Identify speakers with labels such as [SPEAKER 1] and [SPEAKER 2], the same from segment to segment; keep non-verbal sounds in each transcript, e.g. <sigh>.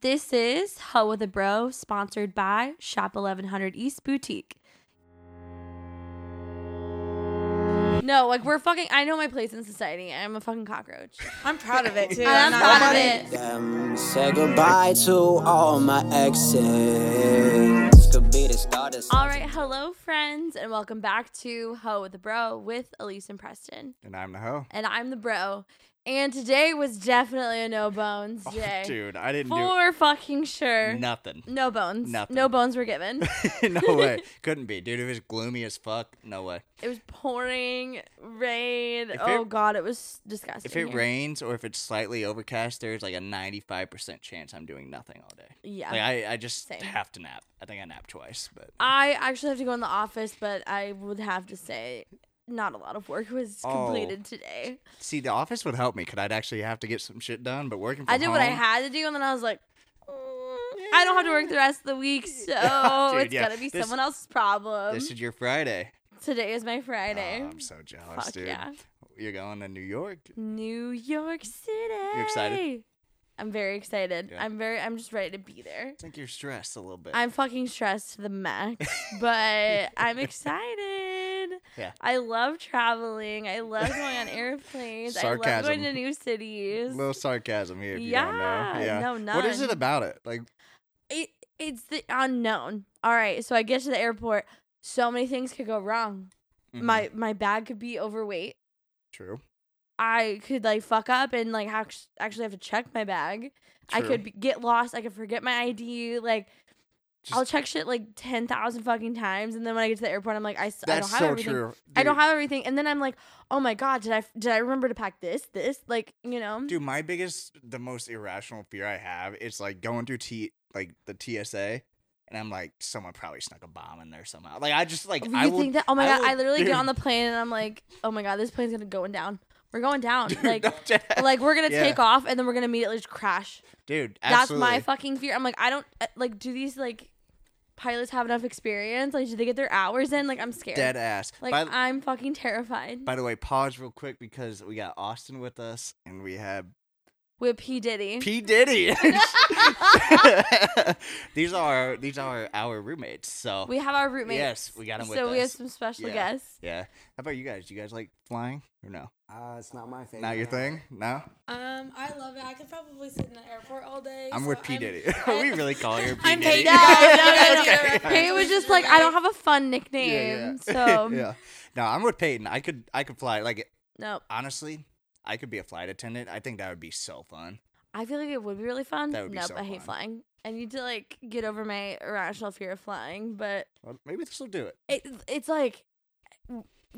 [SPEAKER 1] This is Hell with a Bro, sponsored by Shop 1100 East Boutique. No, like we're fucking. I know my place in society. I'm a fucking
[SPEAKER 2] <laughs>
[SPEAKER 1] cockroach.
[SPEAKER 3] I'm proud of it too.
[SPEAKER 1] I'm
[SPEAKER 3] not
[SPEAKER 1] proud
[SPEAKER 3] gonna
[SPEAKER 1] of
[SPEAKER 3] lie.
[SPEAKER 1] it.
[SPEAKER 4] Damn, say goodbye to all my exes. This could be the start of
[SPEAKER 1] All right, hello friends, and welcome back to Ho with the Bro with Elise and Preston.
[SPEAKER 2] And I'm the hoe. <laughs>
[SPEAKER 1] And I'm the bro. And today was definitely a no bones
[SPEAKER 2] Oh,
[SPEAKER 1] day.
[SPEAKER 2] dude, I didn't
[SPEAKER 1] For fucking sure. <laughs>
[SPEAKER 2] do nothing.
[SPEAKER 1] No bones.
[SPEAKER 2] Nothing.
[SPEAKER 1] No bones were given.
[SPEAKER 2] <laughs> no way. Couldn't be. Dude, it was gloomy as fuck. No way.
[SPEAKER 1] it was pouring rain.
[SPEAKER 2] If
[SPEAKER 1] oh
[SPEAKER 2] it-
[SPEAKER 1] god, it was disgusting.
[SPEAKER 2] If it
[SPEAKER 1] here.
[SPEAKER 2] rains or if it's slightly overcast, there's like a 95% chance I'm doing nothing all day.
[SPEAKER 1] yeah.
[SPEAKER 2] Like, I, I just
[SPEAKER 1] Same.
[SPEAKER 2] have to nap. I think I napped twice, but.
[SPEAKER 1] I actually have to go in the office, but I would have to say not a lot of work was
[SPEAKER 2] Oh.
[SPEAKER 1] completed today.
[SPEAKER 2] See, the office would help me because I'd actually have to get some shit done, but working from
[SPEAKER 1] I did what I
[SPEAKER 2] home-
[SPEAKER 1] had to do, and then I was like, "Mm, I don't have to work the rest of the
[SPEAKER 2] <laughs>
[SPEAKER 1] week, so
[SPEAKER 2] Dude,
[SPEAKER 1] it's
[SPEAKER 2] yeah.
[SPEAKER 1] gonna be
[SPEAKER 2] This-
[SPEAKER 1] someone else's problem.
[SPEAKER 2] This is your Friday.
[SPEAKER 1] Today is my
[SPEAKER 2] Oh,
[SPEAKER 1] Friday.
[SPEAKER 2] I'm so jealous,
[SPEAKER 1] Fuck
[SPEAKER 2] dude.
[SPEAKER 1] yeah.
[SPEAKER 2] You're going to New York.
[SPEAKER 1] New York City. You
[SPEAKER 2] excited?
[SPEAKER 1] I'm very excited.
[SPEAKER 2] Yeah.
[SPEAKER 1] I'm very. I'm just ready to be there.
[SPEAKER 2] I think you're stressed a little bit.
[SPEAKER 1] I'm fucking stressed to the
[SPEAKER 2] <laughs>
[SPEAKER 1] max, but I'm excited.
[SPEAKER 2] Yeah.
[SPEAKER 1] I love traveling. I love going on airplanes. I love going
[SPEAKER 2] Sarcasm.
[SPEAKER 1] to new cities.
[SPEAKER 2] little sarcasm here if you don't know.
[SPEAKER 1] Yeah, no,
[SPEAKER 2] What is
[SPEAKER 1] none.
[SPEAKER 2] it about it? Like,
[SPEAKER 1] it it's the unknown. All right, so I get to the airport. So many things could go wrong.
[SPEAKER 2] mhm,
[SPEAKER 1] My my bag could be overweight.
[SPEAKER 2] True.
[SPEAKER 1] I could like fuck up and like act- actually have to check my bag. I
[SPEAKER 2] True.
[SPEAKER 1] could be- get lost. I could forget my ID. Like I'll
[SPEAKER 2] Just-
[SPEAKER 1] check shit like ten thousand fucking times, and then when I get to the airport, I'm like, I, s- I don't
[SPEAKER 2] That's
[SPEAKER 1] have
[SPEAKER 2] so
[SPEAKER 1] everything.
[SPEAKER 2] true.
[SPEAKER 1] I don't
[SPEAKER 2] Dude,
[SPEAKER 1] have everything, and then I'm like, oh my god, did I f- did I remember to pack this this like you know?
[SPEAKER 2] Dude, my biggest, the most irrational fear I have is like going through T, like the TSA, and I'm like, someone probably snuck a bomb in there somehow. Like I just like
[SPEAKER 1] you
[SPEAKER 2] I
[SPEAKER 1] think
[SPEAKER 2] will,
[SPEAKER 1] that? Oh my
[SPEAKER 2] I
[SPEAKER 1] god,
[SPEAKER 2] will-
[SPEAKER 1] I literally
[SPEAKER 2] dude,
[SPEAKER 1] get
[SPEAKER 2] <laughs>
[SPEAKER 1] on the plane and I'm like, oh my god, this plane's gonna going down. We're going down.
[SPEAKER 2] dude,
[SPEAKER 1] like
[SPEAKER 2] no, <laughs> yeah.
[SPEAKER 1] like we're gonna
[SPEAKER 2] Yeah.
[SPEAKER 1] take off and then we're gonna immediately just crash.
[SPEAKER 2] dude,
[SPEAKER 1] That's my
[SPEAKER 2] absolutely.
[SPEAKER 1] fucking fear. I'm like, I don't uh, like. Do these like pilots have enough experience? Like, do they get their hours in? Like, I'm scared.
[SPEAKER 2] dead ass.
[SPEAKER 1] Like,
[SPEAKER 2] by,
[SPEAKER 1] I'm fucking terrified.
[SPEAKER 2] by the way, pause real quick because we got Austin with us, and we have
[SPEAKER 1] With P Diddy. <laughs>
[SPEAKER 2] P Diddy. <laughs> these are these are our roommates. So
[SPEAKER 1] we have our roommates.
[SPEAKER 2] yes, we got him with
[SPEAKER 1] So we have
[SPEAKER 2] us.
[SPEAKER 1] some special
[SPEAKER 2] Yeah.
[SPEAKER 1] guests.
[SPEAKER 2] yeah. How about you guys? You guys like flying or no?
[SPEAKER 5] Ah,
[SPEAKER 4] Uh, it's not my thing.
[SPEAKER 2] Not your thing? No.
[SPEAKER 3] Um, I love it. I could probably sit in the airport all day.
[SPEAKER 2] I'm
[SPEAKER 3] so
[SPEAKER 2] with
[SPEAKER 1] <laughs>
[SPEAKER 2] P Diddy. <laughs>
[SPEAKER 3] I-
[SPEAKER 2] Are we really calling her P
[SPEAKER 3] I'm
[SPEAKER 2] Diddy?
[SPEAKER 3] paid
[SPEAKER 1] No, no, no, no.
[SPEAKER 2] <laughs>
[SPEAKER 3] Okay.
[SPEAKER 1] Peyton was just like, I don't have a fun nickname.
[SPEAKER 2] Yeah, <laughs>
[SPEAKER 1] So
[SPEAKER 2] yeah. No, I'm with Peyton. I could I could fly. Like
[SPEAKER 1] no,
[SPEAKER 2] honestly, I could be a flight attendant. I think that would be so fun.
[SPEAKER 1] I feel like it would be really fun.
[SPEAKER 2] That would be
[SPEAKER 1] nope,
[SPEAKER 2] so
[SPEAKER 1] I hate
[SPEAKER 2] fun.
[SPEAKER 1] flying. I need to like get over my irrational fear of flying, but
[SPEAKER 2] Well, maybe this will do it.
[SPEAKER 1] it, it's like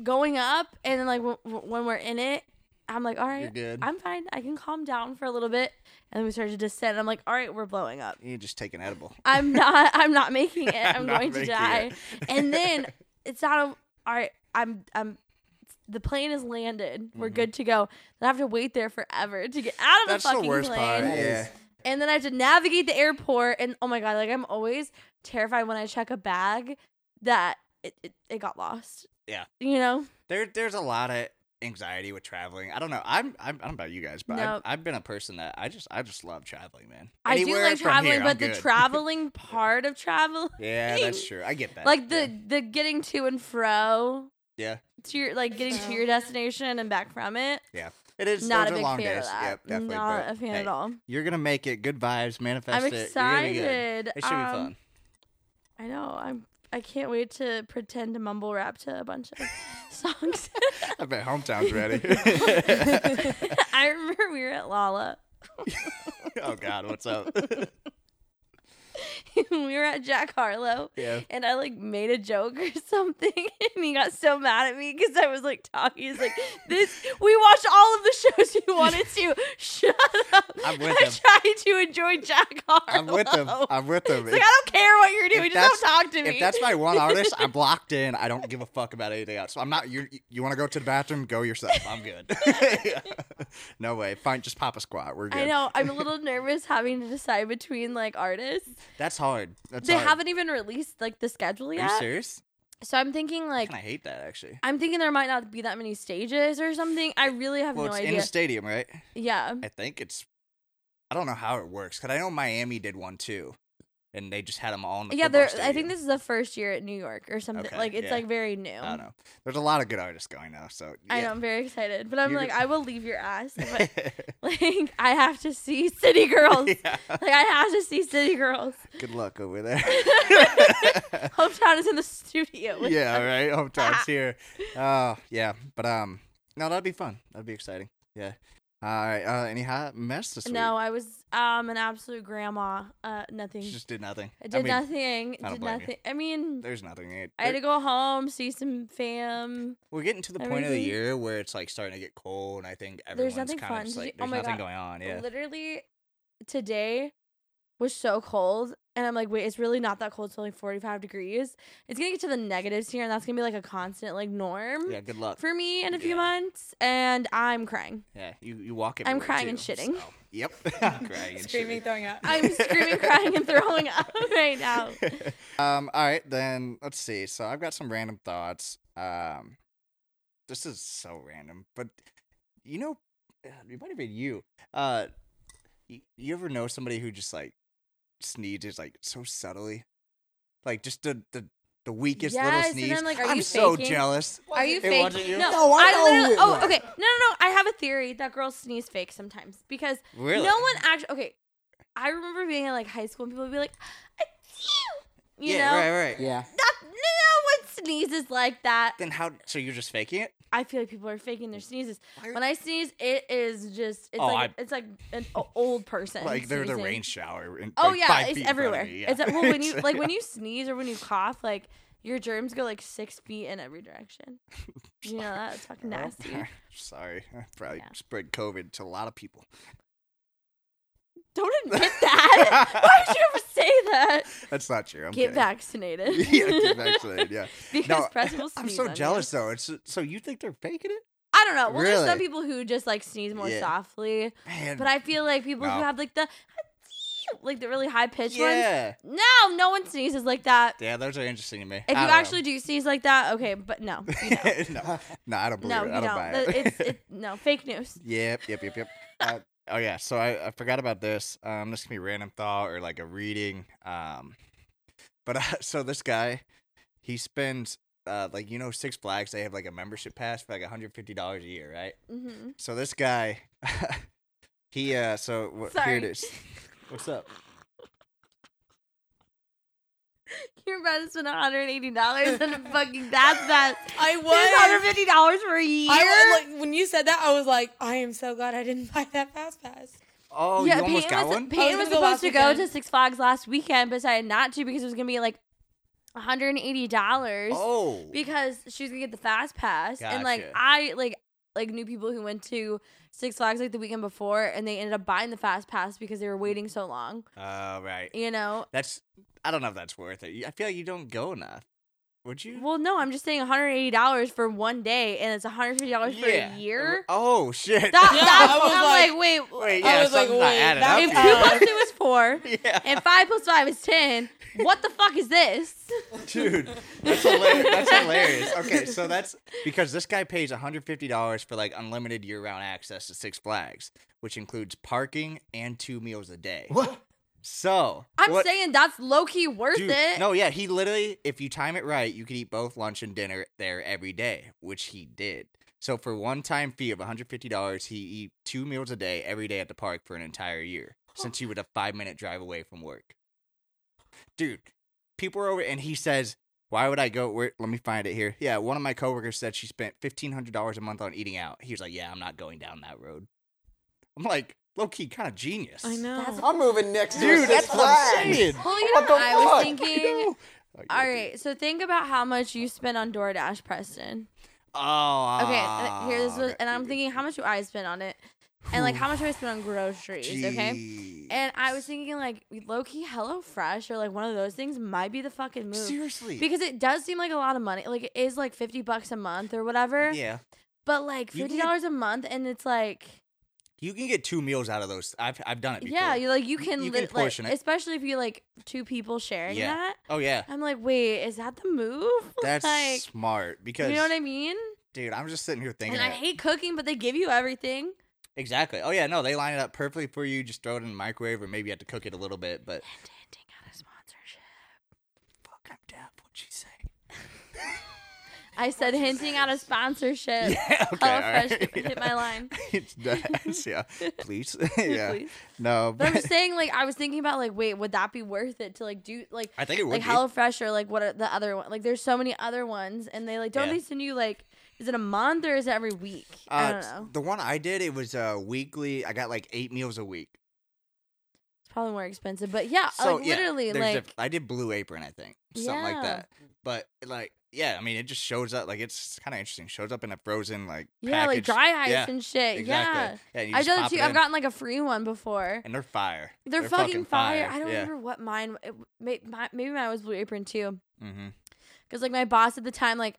[SPEAKER 1] going up and then like w- w- when we're in it i'm like all
[SPEAKER 2] You're
[SPEAKER 1] right
[SPEAKER 2] good.
[SPEAKER 1] i'm fine i can calm down for a little bit and then we start to descend i'm like all right we're blowing up
[SPEAKER 2] you just take
[SPEAKER 1] <laughs>
[SPEAKER 2] an edible.
[SPEAKER 1] i'm
[SPEAKER 2] <laughs>
[SPEAKER 1] not i'm not making it i'm,
[SPEAKER 2] not
[SPEAKER 1] going to
[SPEAKER 2] making
[SPEAKER 1] die
[SPEAKER 2] it.
[SPEAKER 1] and then it's not a, all right i'm i'm the plane has landed we're
[SPEAKER 2] Mhm.
[SPEAKER 1] good to go then i have to wait there forever to get out of
[SPEAKER 2] That's
[SPEAKER 1] the fucking
[SPEAKER 2] the worst
[SPEAKER 1] plane
[SPEAKER 2] part. Yeah.
[SPEAKER 1] and then I have to navigate the airport. And oh my god, like I'm always terrified when I check a bag that it, it, it got lost.
[SPEAKER 2] Yeah.
[SPEAKER 1] You know?
[SPEAKER 2] There there's a lot of anxiety with traveling. I don't know. I'm, I'm I don't know about you guys, but
[SPEAKER 1] No.
[SPEAKER 2] I've, I've been a person that I just I just love traveling, man.
[SPEAKER 1] I
[SPEAKER 2] Anywhere
[SPEAKER 1] do like
[SPEAKER 2] from
[SPEAKER 1] traveling,
[SPEAKER 2] here, I'm
[SPEAKER 1] but the
[SPEAKER 2] good. <laughs>
[SPEAKER 1] traveling part of travel,
[SPEAKER 2] Yeah, that's true. I get that.
[SPEAKER 1] like the
[SPEAKER 2] Yeah.
[SPEAKER 1] the getting to and fro
[SPEAKER 2] Yeah.
[SPEAKER 1] to your like getting to your destination and back from it.
[SPEAKER 2] It is
[SPEAKER 1] not a
[SPEAKER 2] those are
[SPEAKER 1] big
[SPEAKER 2] long
[SPEAKER 1] fan
[SPEAKER 2] days.
[SPEAKER 1] of that.
[SPEAKER 2] Yep, definitely.
[SPEAKER 1] Not
[SPEAKER 2] but
[SPEAKER 1] a fan
[SPEAKER 2] hey,
[SPEAKER 1] at all.
[SPEAKER 2] You're gonna make it. Good vibes. Manifest
[SPEAKER 1] I'm
[SPEAKER 2] it. You're gonna
[SPEAKER 1] excited.
[SPEAKER 2] be good. It should be
[SPEAKER 1] Um,
[SPEAKER 2] fun.
[SPEAKER 1] I know. I'm. I can't wait to pretend to mumble rap to a bunch
[SPEAKER 2] <laughs>
[SPEAKER 1] of songs. <laughs>
[SPEAKER 2] I bet hometown's ready. <laughs>
[SPEAKER 1] I remember we were at Lala. <laughs>
[SPEAKER 2] oh God, what's up?
[SPEAKER 1] we were at Jack Harlow.
[SPEAKER 2] yeah.
[SPEAKER 1] and I like made a joke or <laughs> something, and he got so mad at me because I was like talking. He's like, "This
[SPEAKER 2] <laughs>
[SPEAKER 1] we watched all of the shows you wanted to. <laughs> Shut up!
[SPEAKER 2] I'm with
[SPEAKER 1] I
[SPEAKER 2] him.
[SPEAKER 1] tried to enjoy Jack Harlow.
[SPEAKER 2] I'm with them. I'm with them.
[SPEAKER 1] It's like I don't care what you're doing.
[SPEAKER 2] if
[SPEAKER 1] Just
[SPEAKER 2] that's-
[SPEAKER 1] don't talk to me.
[SPEAKER 2] If that's
[SPEAKER 1] <laughs>
[SPEAKER 2] my one artist, I'm blocked in. I don't give a fuck about anything else. I'm not. You you want to go to the bathroom? Go yourself. I'm good. <laughs> no way. Fine. Just pop a squat. We're good.
[SPEAKER 1] I know. I'm a little nervous having to decide between like artists.
[SPEAKER 2] That's hard. That's
[SPEAKER 1] they
[SPEAKER 2] hard.
[SPEAKER 1] haven't even released like the schedule
[SPEAKER 2] Are you
[SPEAKER 1] yet.
[SPEAKER 2] serious?
[SPEAKER 1] So I'm thinking like
[SPEAKER 2] And I hate that actually.
[SPEAKER 1] I'm thinking there might not be that many stages or something. I really have
[SPEAKER 2] well,
[SPEAKER 1] no
[SPEAKER 2] it's
[SPEAKER 1] idea.
[SPEAKER 2] in a stadium, right?
[SPEAKER 1] yeah.
[SPEAKER 2] I think it's. I don't know how it works because I know Miami did one too, and they just had them all in the
[SPEAKER 1] yeah,
[SPEAKER 2] football
[SPEAKER 1] there. I think
[SPEAKER 2] stadium.
[SPEAKER 1] this is the first year at New York or something.
[SPEAKER 2] Okay,
[SPEAKER 1] like it's
[SPEAKER 2] yeah.
[SPEAKER 1] like very new.
[SPEAKER 2] I don't know. There's a lot of good artists going now, so
[SPEAKER 1] um I know.
[SPEAKER 2] yeah.
[SPEAKER 1] I'm very excited, but I'm
[SPEAKER 2] You're-
[SPEAKER 1] like, I will leave your ass. if
[SPEAKER 2] <laughs>
[SPEAKER 1] I- <laughs> like I have to see City Girls.
[SPEAKER 2] yeah.
[SPEAKER 1] Like I have to see City Girls. <laughs>
[SPEAKER 2] Good luck over there.
[SPEAKER 1] Hometown is in the studio. with
[SPEAKER 2] yeah,
[SPEAKER 1] them.
[SPEAKER 2] right.
[SPEAKER 1] Ah.
[SPEAKER 2] Hometown's here. Oh, yeah. But um, no, that'd be fun. That'd be exciting. Yeah. All right. Uh, any hot mess this week?
[SPEAKER 1] No, I was um an absolute grandma. Uh, nothing.
[SPEAKER 2] She just did nothing.
[SPEAKER 1] I did
[SPEAKER 2] mean,
[SPEAKER 1] nothing.
[SPEAKER 2] I don't
[SPEAKER 1] did
[SPEAKER 2] blame you.
[SPEAKER 1] nothing. I mean,
[SPEAKER 2] There's nothing. It-
[SPEAKER 1] I had to go home, see some fam.
[SPEAKER 2] We're getting to the point of the
[SPEAKER 1] everything.
[SPEAKER 2] year where it's like starting to get cold, and I think
[SPEAKER 1] There's
[SPEAKER 2] everyone's
[SPEAKER 1] nothing
[SPEAKER 2] kind
[SPEAKER 1] fun.
[SPEAKER 2] of just
[SPEAKER 1] Did you-
[SPEAKER 2] like
[SPEAKER 1] oh
[SPEAKER 2] there's
[SPEAKER 1] my
[SPEAKER 2] nothing
[SPEAKER 1] God.
[SPEAKER 2] going on. Yeah.
[SPEAKER 1] Literally, today was so cold, and I'm like, wait, it's really not that cold. It's only 45 degrees. It's gonna get to the negatives here, and that's gonna be like a constant like norm
[SPEAKER 2] Yeah. Good luck.
[SPEAKER 1] for me in a few
[SPEAKER 2] Yeah.
[SPEAKER 1] months. And I'm
[SPEAKER 2] <laughs>
[SPEAKER 1] crying.
[SPEAKER 2] yeah. You you walk it.
[SPEAKER 1] I'm crying and shitting.
[SPEAKER 2] So.
[SPEAKER 1] <laughs>
[SPEAKER 2] Yep. <laughs> I'm crying and
[SPEAKER 3] Screaming,
[SPEAKER 2] shitting.
[SPEAKER 3] throwing up.
[SPEAKER 1] I'm screaming, crying, and throwing <laughs> up right now.
[SPEAKER 2] <laughs> um. All right. Then let's see. So I've got some random thoughts. Um. This is so random, but you know, it might have been you. Uh, you, you ever know somebody who just like sneezes like so subtly, like just the the the weakest
[SPEAKER 1] Yes,
[SPEAKER 2] little
[SPEAKER 1] and
[SPEAKER 2] sneeze?
[SPEAKER 1] I'm like, are
[SPEAKER 2] I'm
[SPEAKER 1] you
[SPEAKER 2] so
[SPEAKER 1] faking?
[SPEAKER 2] jealous.
[SPEAKER 1] Are you
[SPEAKER 2] It
[SPEAKER 1] fake? <laughs>
[SPEAKER 2] wasn't you?
[SPEAKER 1] No,
[SPEAKER 2] No, I
[SPEAKER 1] I,
[SPEAKER 2] know
[SPEAKER 1] literally.
[SPEAKER 2] it
[SPEAKER 1] Oh,
[SPEAKER 2] was.
[SPEAKER 1] okay. No, no, no. I have a theory that girls sneeze fake sometimes because
[SPEAKER 2] Really?
[SPEAKER 1] no one actually. Okay, I remember being in like high school and people would be like, "Achoo!" you
[SPEAKER 2] yeah,
[SPEAKER 1] know,
[SPEAKER 2] right, right.
[SPEAKER 4] Yeah.
[SPEAKER 1] That- no one sneezes like that.
[SPEAKER 2] Then how? So you're just faking it?
[SPEAKER 1] I feel like people are faking their sneezes.
[SPEAKER 2] Why are-
[SPEAKER 1] When I sneeze, it is just it's
[SPEAKER 2] Oh,
[SPEAKER 1] like
[SPEAKER 2] I-
[SPEAKER 1] it's like an o- old person.
[SPEAKER 2] Like they're the
[SPEAKER 1] sneezing.
[SPEAKER 2] rain shower. In,
[SPEAKER 1] Oh
[SPEAKER 2] like,
[SPEAKER 1] yeah,
[SPEAKER 2] five
[SPEAKER 1] it's
[SPEAKER 2] feet in front of
[SPEAKER 1] everywhere.
[SPEAKER 2] me, yeah.
[SPEAKER 1] It's well when
[SPEAKER 2] <laughs>
[SPEAKER 1] you like when you sneeze or when you cough, like your germs go like six feet in every
[SPEAKER 2] <laughs>
[SPEAKER 1] direction. You know that's fucking
[SPEAKER 2] Well,
[SPEAKER 1] nasty.
[SPEAKER 2] Oh, <laughs> Sorry, I probably
[SPEAKER 1] Yeah.
[SPEAKER 2] spread COVID to a lot of people.
[SPEAKER 1] Don't admit
[SPEAKER 2] <laughs>
[SPEAKER 1] that. Why would you ever say that?
[SPEAKER 2] That's not true. I'm
[SPEAKER 1] Get
[SPEAKER 2] kidding.
[SPEAKER 1] vaccinated.
[SPEAKER 2] <laughs> yeah,
[SPEAKER 1] <laughs>
[SPEAKER 2] get vaccinated. Yeah.
[SPEAKER 1] because
[SPEAKER 2] No,
[SPEAKER 1] Press will
[SPEAKER 2] I'm
[SPEAKER 1] sneeze
[SPEAKER 2] so
[SPEAKER 1] on
[SPEAKER 2] jealous
[SPEAKER 1] you.
[SPEAKER 2] though. It's so you think they're faking it?
[SPEAKER 1] I don't know. Well, there's some
[SPEAKER 2] Really?
[SPEAKER 1] people who just like sneeze more
[SPEAKER 2] Yeah.
[SPEAKER 1] softly,
[SPEAKER 2] Man.
[SPEAKER 1] but I feel like people who
[SPEAKER 2] No.
[SPEAKER 1] have like the <laughs> like the really high pitched ones.
[SPEAKER 2] yeah.
[SPEAKER 1] No, no one sneezes like that.
[SPEAKER 2] Yeah, those are interesting to me.
[SPEAKER 1] If you
[SPEAKER 2] I don't know.
[SPEAKER 1] actually do sneeze like that, okay, but
[SPEAKER 2] <laughs>
[SPEAKER 1] no, you don't.
[SPEAKER 2] no, no, I don't believe
[SPEAKER 1] no,
[SPEAKER 2] it.
[SPEAKER 1] you
[SPEAKER 2] I don't,
[SPEAKER 1] don't.
[SPEAKER 2] buy
[SPEAKER 1] The-
[SPEAKER 2] it. <laughs>
[SPEAKER 1] It's, it's no fake news.
[SPEAKER 2] Yep, yep, yep, yep. Uh, oh yeah, so I, I forgot about this. Um, this can be random thought or like a reading. Um, but uh, <laughs> so this guy, he spends uh like you know Six Flags they have like a membership pass for like 150 dollars a year, right?
[SPEAKER 1] hmm
[SPEAKER 2] So this guy, <laughs> he uh so wh- here it
[SPEAKER 1] Sorry.
[SPEAKER 2] is. What's up?
[SPEAKER 1] You're about to spend 180
[SPEAKER 2] <laughs>
[SPEAKER 1] dollars on a fucking bath pass.
[SPEAKER 3] I
[SPEAKER 1] There's 150 dollars for a year.
[SPEAKER 3] I was like when you said that, I was like, I am so glad I didn't <laughs> buy that fast pass.
[SPEAKER 2] Oh, you almost
[SPEAKER 1] Peyton
[SPEAKER 2] got
[SPEAKER 1] was,
[SPEAKER 2] one.
[SPEAKER 1] Peyton
[SPEAKER 3] Oh,
[SPEAKER 1] was
[SPEAKER 3] it was last
[SPEAKER 1] supposed to go to
[SPEAKER 3] weekend.
[SPEAKER 1] Six Flags last weekend, but decided not to because it was gonna be like 180 dollars
[SPEAKER 2] Oh,
[SPEAKER 1] because she was gonna get the fast pass. And like
[SPEAKER 2] Gotcha.
[SPEAKER 1] I like like knew people who went to Six Flags like the weekend before, and they ended up buying the fast pass because they were waiting so long.
[SPEAKER 2] uh, right.
[SPEAKER 1] You know.
[SPEAKER 2] That's I don't know if that's worth it. You- I feel like you don't go enough. Would you?
[SPEAKER 1] Well, no, I'm just saying 180 dollars for one day, and it's 150 dollars for
[SPEAKER 2] Yeah.
[SPEAKER 1] a year.
[SPEAKER 2] Oh shit. <laughs>
[SPEAKER 1] That,
[SPEAKER 3] Yeah,
[SPEAKER 1] that's
[SPEAKER 3] I was
[SPEAKER 1] I'm
[SPEAKER 3] like-
[SPEAKER 1] like, wait,
[SPEAKER 2] Wait,
[SPEAKER 1] uh,
[SPEAKER 2] yeah,
[SPEAKER 3] was like,
[SPEAKER 2] something's not
[SPEAKER 3] wait,
[SPEAKER 2] adding
[SPEAKER 3] that
[SPEAKER 2] up
[SPEAKER 1] if
[SPEAKER 2] here.
[SPEAKER 1] two plus two is four,
[SPEAKER 2] <laughs>
[SPEAKER 3] <laughs>
[SPEAKER 2] Yeah.
[SPEAKER 1] and five plus five is ten, what the fuck is this?
[SPEAKER 2] Dude, that's hilarious. that's hilarious. Okay, so that's because this guy pays $150 for like unlimited year-round access to Six Flags, which includes parking and two meals a day.
[SPEAKER 4] What?
[SPEAKER 2] So
[SPEAKER 1] I'm
[SPEAKER 2] what-
[SPEAKER 1] saying that's low key worth
[SPEAKER 2] dude,
[SPEAKER 1] it.
[SPEAKER 2] No, yeah, he literally, if you time it right, you could eat both lunch and dinner there every day, which he did. So for one time fee of $150, he eat two meals a day every day at the park for an entire year, since he was a five minute drive away from work. Dude, people are over, and he says, why would I go? Where, let me find it here. Yeah, one of my coworkers said she spent fifteen hundred dollars a month on eating out. He was like, "Yeah, I'm not going down that road." I'm like, low key, kind of genius.
[SPEAKER 1] That's-
[SPEAKER 4] I'm moving next to a
[SPEAKER 2] dude.
[SPEAKER 4] Six
[SPEAKER 2] That's what I'm
[SPEAKER 4] Flags.
[SPEAKER 2] saying.
[SPEAKER 1] Well, you know
[SPEAKER 4] What
[SPEAKER 1] what,
[SPEAKER 4] the
[SPEAKER 1] I was
[SPEAKER 4] fuck?
[SPEAKER 1] thinking.
[SPEAKER 2] Like,
[SPEAKER 1] All
[SPEAKER 2] low-key.
[SPEAKER 1] right, so think about how much you spend on DoorDash, Preston.
[SPEAKER 2] Oh.
[SPEAKER 1] Okay, uh, here this
[SPEAKER 2] ah,
[SPEAKER 1] was,
[SPEAKER 2] okay.
[SPEAKER 1] and I'm thinking how much do I spend on it, and like how much do I spend on groceries? Okay. And I was thinking like low key HelloFresh or like one of those things might be the fucking move.
[SPEAKER 2] seriously
[SPEAKER 1] Because it does seem like a lot of money. Like it is like fifty bucks a month or whatever.
[SPEAKER 2] yeah,
[SPEAKER 1] But like
[SPEAKER 2] You
[SPEAKER 1] fifty
[SPEAKER 2] can
[SPEAKER 1] dollars a month, and it's like
[SPEAKER 2] you can get two meals out of those. I've I've done it. Before.
[SPEAKER 1] yeah, you like you can,
[SPEAKER 2] you
[SPEAKER 1] li-
[SPEAKER 2] can portion
[SPEAKER 1] like,
[SPEAKER 2] it.
[SPEAKER 1] especially if you like two people sharing
[SPEAKER 2] Yeah.
[SPEAKER 1] that.
[SPEAKER 2] Oh yeah,
[SPEAKER 1] I'm like, wait, is that the move? <laughs>
[SPEAKER 2] that's
[SPEAKER 1] like,
[SPEAKER 2] smart because
[SPEAKER 1] you know what I mean?
[SPEAKER 2] dude, I'm just sitting here thinking.
[SPEAKER 1] And I
[SPEAKER 2] that-
[SPEAKER 1] hate cooking, but they give you everything.
[SPEAKER 2] Exactly. Oh yeah, no, they line it up perfectly for you. Just throw it in the microwave, or maybe you have to cook it a little bit. But
[SPEAKER 1] Hint, hinting at a sponsorship.
[SPEAKER 2] fuck, I'm deaf. What'd she
[SPEAKER 1] <laughs>
[SPEAKER 2] say?
[SPEAKER 1] I said hinting at a sponsorship. <laughs>
[SPEAKER 2] yeah. <laughs> Okay. all
[SPEAKER 1] HelloFresh
[SPEAKER 2] right.
[SPEAKER 1] hit-
[SPEAKER 2] <laughs>
[SPEAKER 1] hit my line.
[SPEAKER 2] it's
[SPEAKER 1] <laughs>
[SPEAKER 2] nice. Yeah. Please. <laughs> yeah.
[SPEAKER 1] Please.
[SPEAKER 2] No.
[SPEAKER 1] But I'm
[SPEAKER 2] But <laughs>
[SPEAKER 1] just saying, like, I was thinking about, like, wait, would that be worth it to, like, do, like,
[SPEAKER 2] I think it would
[SPEAKER 1] like
[SPEAKER 2] be. Uh,
[SPEAKER 1] HelloFresh or, like, what are the other one? Like, there's so many other ones, and they, like, don't
[SPEAKER 2] Yeah.
[SPEAKER 1] they send you, like, is it a month or is it every week? I
[SPEAKER 2] Uh,
[SPEAKER 1] don't know.
[SPEAKER 2] the one I did, it was uh, weekly. I got like eight meals a week.
[SPEAKER 1] It's probably more expensive, but yeah,
[SPEAKER 2] So
[SPEAKER 1] Uh, like,
[SPEAKER 2] yeah,
[SPEAKER 1] literally,
[SPEAKER 2] there's
[SPEAKER 1] like,
[SPEAKER 2] diff- I did Blue Apron, I think, something
[SPEAKER 1] Yeah.
[SPEAKER 2] like that. But like, yeah, I mean, it just shows up. Like, it's kind of interesting. Shows up in a frozen like
[SPEAKER 1] yeah, like
[SPEAKER 2] package.
[SPEAKER 1] dry ice
[SPEAKER 2] Yeah,
[SPEAKER 1] and shit.
[SPEAKER 2] Exactly. Yeah, you
[SPEAKER 1] Yeah. I've
[SPEAKER 2] just
[SPEAKER 1] done it
[SPEAKER 2] pop
[SPEAKER 1] too.
[SPEAKER 2] it
[SPEAKER 1] I've
[SPEAKER 2] in,
[SPEAKER 1] gotten, like, a free one before.
[SPEAKER 2] and they're fire.
[SPEAKER 1] They're, fucking, fire. I don't
[SPEAKER 2] yeah.
[SPEAKER 1] remember what mine. It, may, my, maybe mine was Blue Apron too,
[SPEAKER 2] Mm-hmm.
[SPEAKER 1] because like my boss at the time like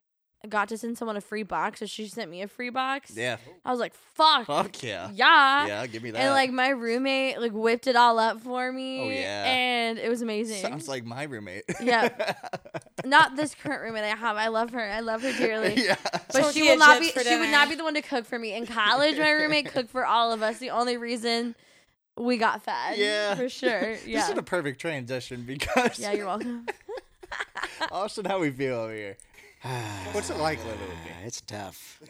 [SPEAKER 1] got to send someone a free box, so she sent me a free box.
[SPEAKER 2] Yeah.
[SPEAKER 1] I was like, fuck,
[SPEAKER 2] Fuck yeah.
[SPEAKER 1] yeah.
[SPEAKER 2] Yeah. Give me that.
[SPEAKER 1] And like my roommate like whipped it all up for me.
[SPEAKER 2] Oh, yeah.
[SPEAKER 1] and it was amazing.
[SPEAKER 2] <laughs> sounds like my roommate.
[SPEAKER 1] <laughs>
[SPEAKER 2] <laughs>
[SPEAKER 1] Yeah. Not this current roommate I have. I love her. I love her dearly.
[SPEAKER 2] <laughs> yeah.
[SPEAKER 1] But
[SPEAKER 3] So
[SPEAKER 1] she
[SPEAKER 3] she
[SPEAKER 1] will
[SPEAKER 3] had
[SPEAKER 1] not be.
[SPEAKER 3] chips
[SPEAKER 1] She
[SPEAKER 3] for
[SPEAKER 1] would
[SPEAKER 3] dinner.
[SPEAKER 1] not be the one to cook for me. In college, my
[SPEAKER 2] <laughs>
[SPEAKER 1] roommate cooked for all of us. The only reason we got fed,
[SPEAKER 2] <laughs> yeah.
[SPEAKER 1] for sure.
[SPEAKER 2] This
[SPEAKER 1] Yeah,
[SPEAKER 2] is a perfect transition because
[SPEAKER 1] yeah.
[SPEAKER 2] <laughs>
[SPEAKER 1] You're welcome.
[SPEAKER 2] Austin, how we feel over here?
[SPEAKER 4] <sighs>
[SPEAKER 2] What's it like living with me?
[SPEAKER 5] <sighs> It's tough.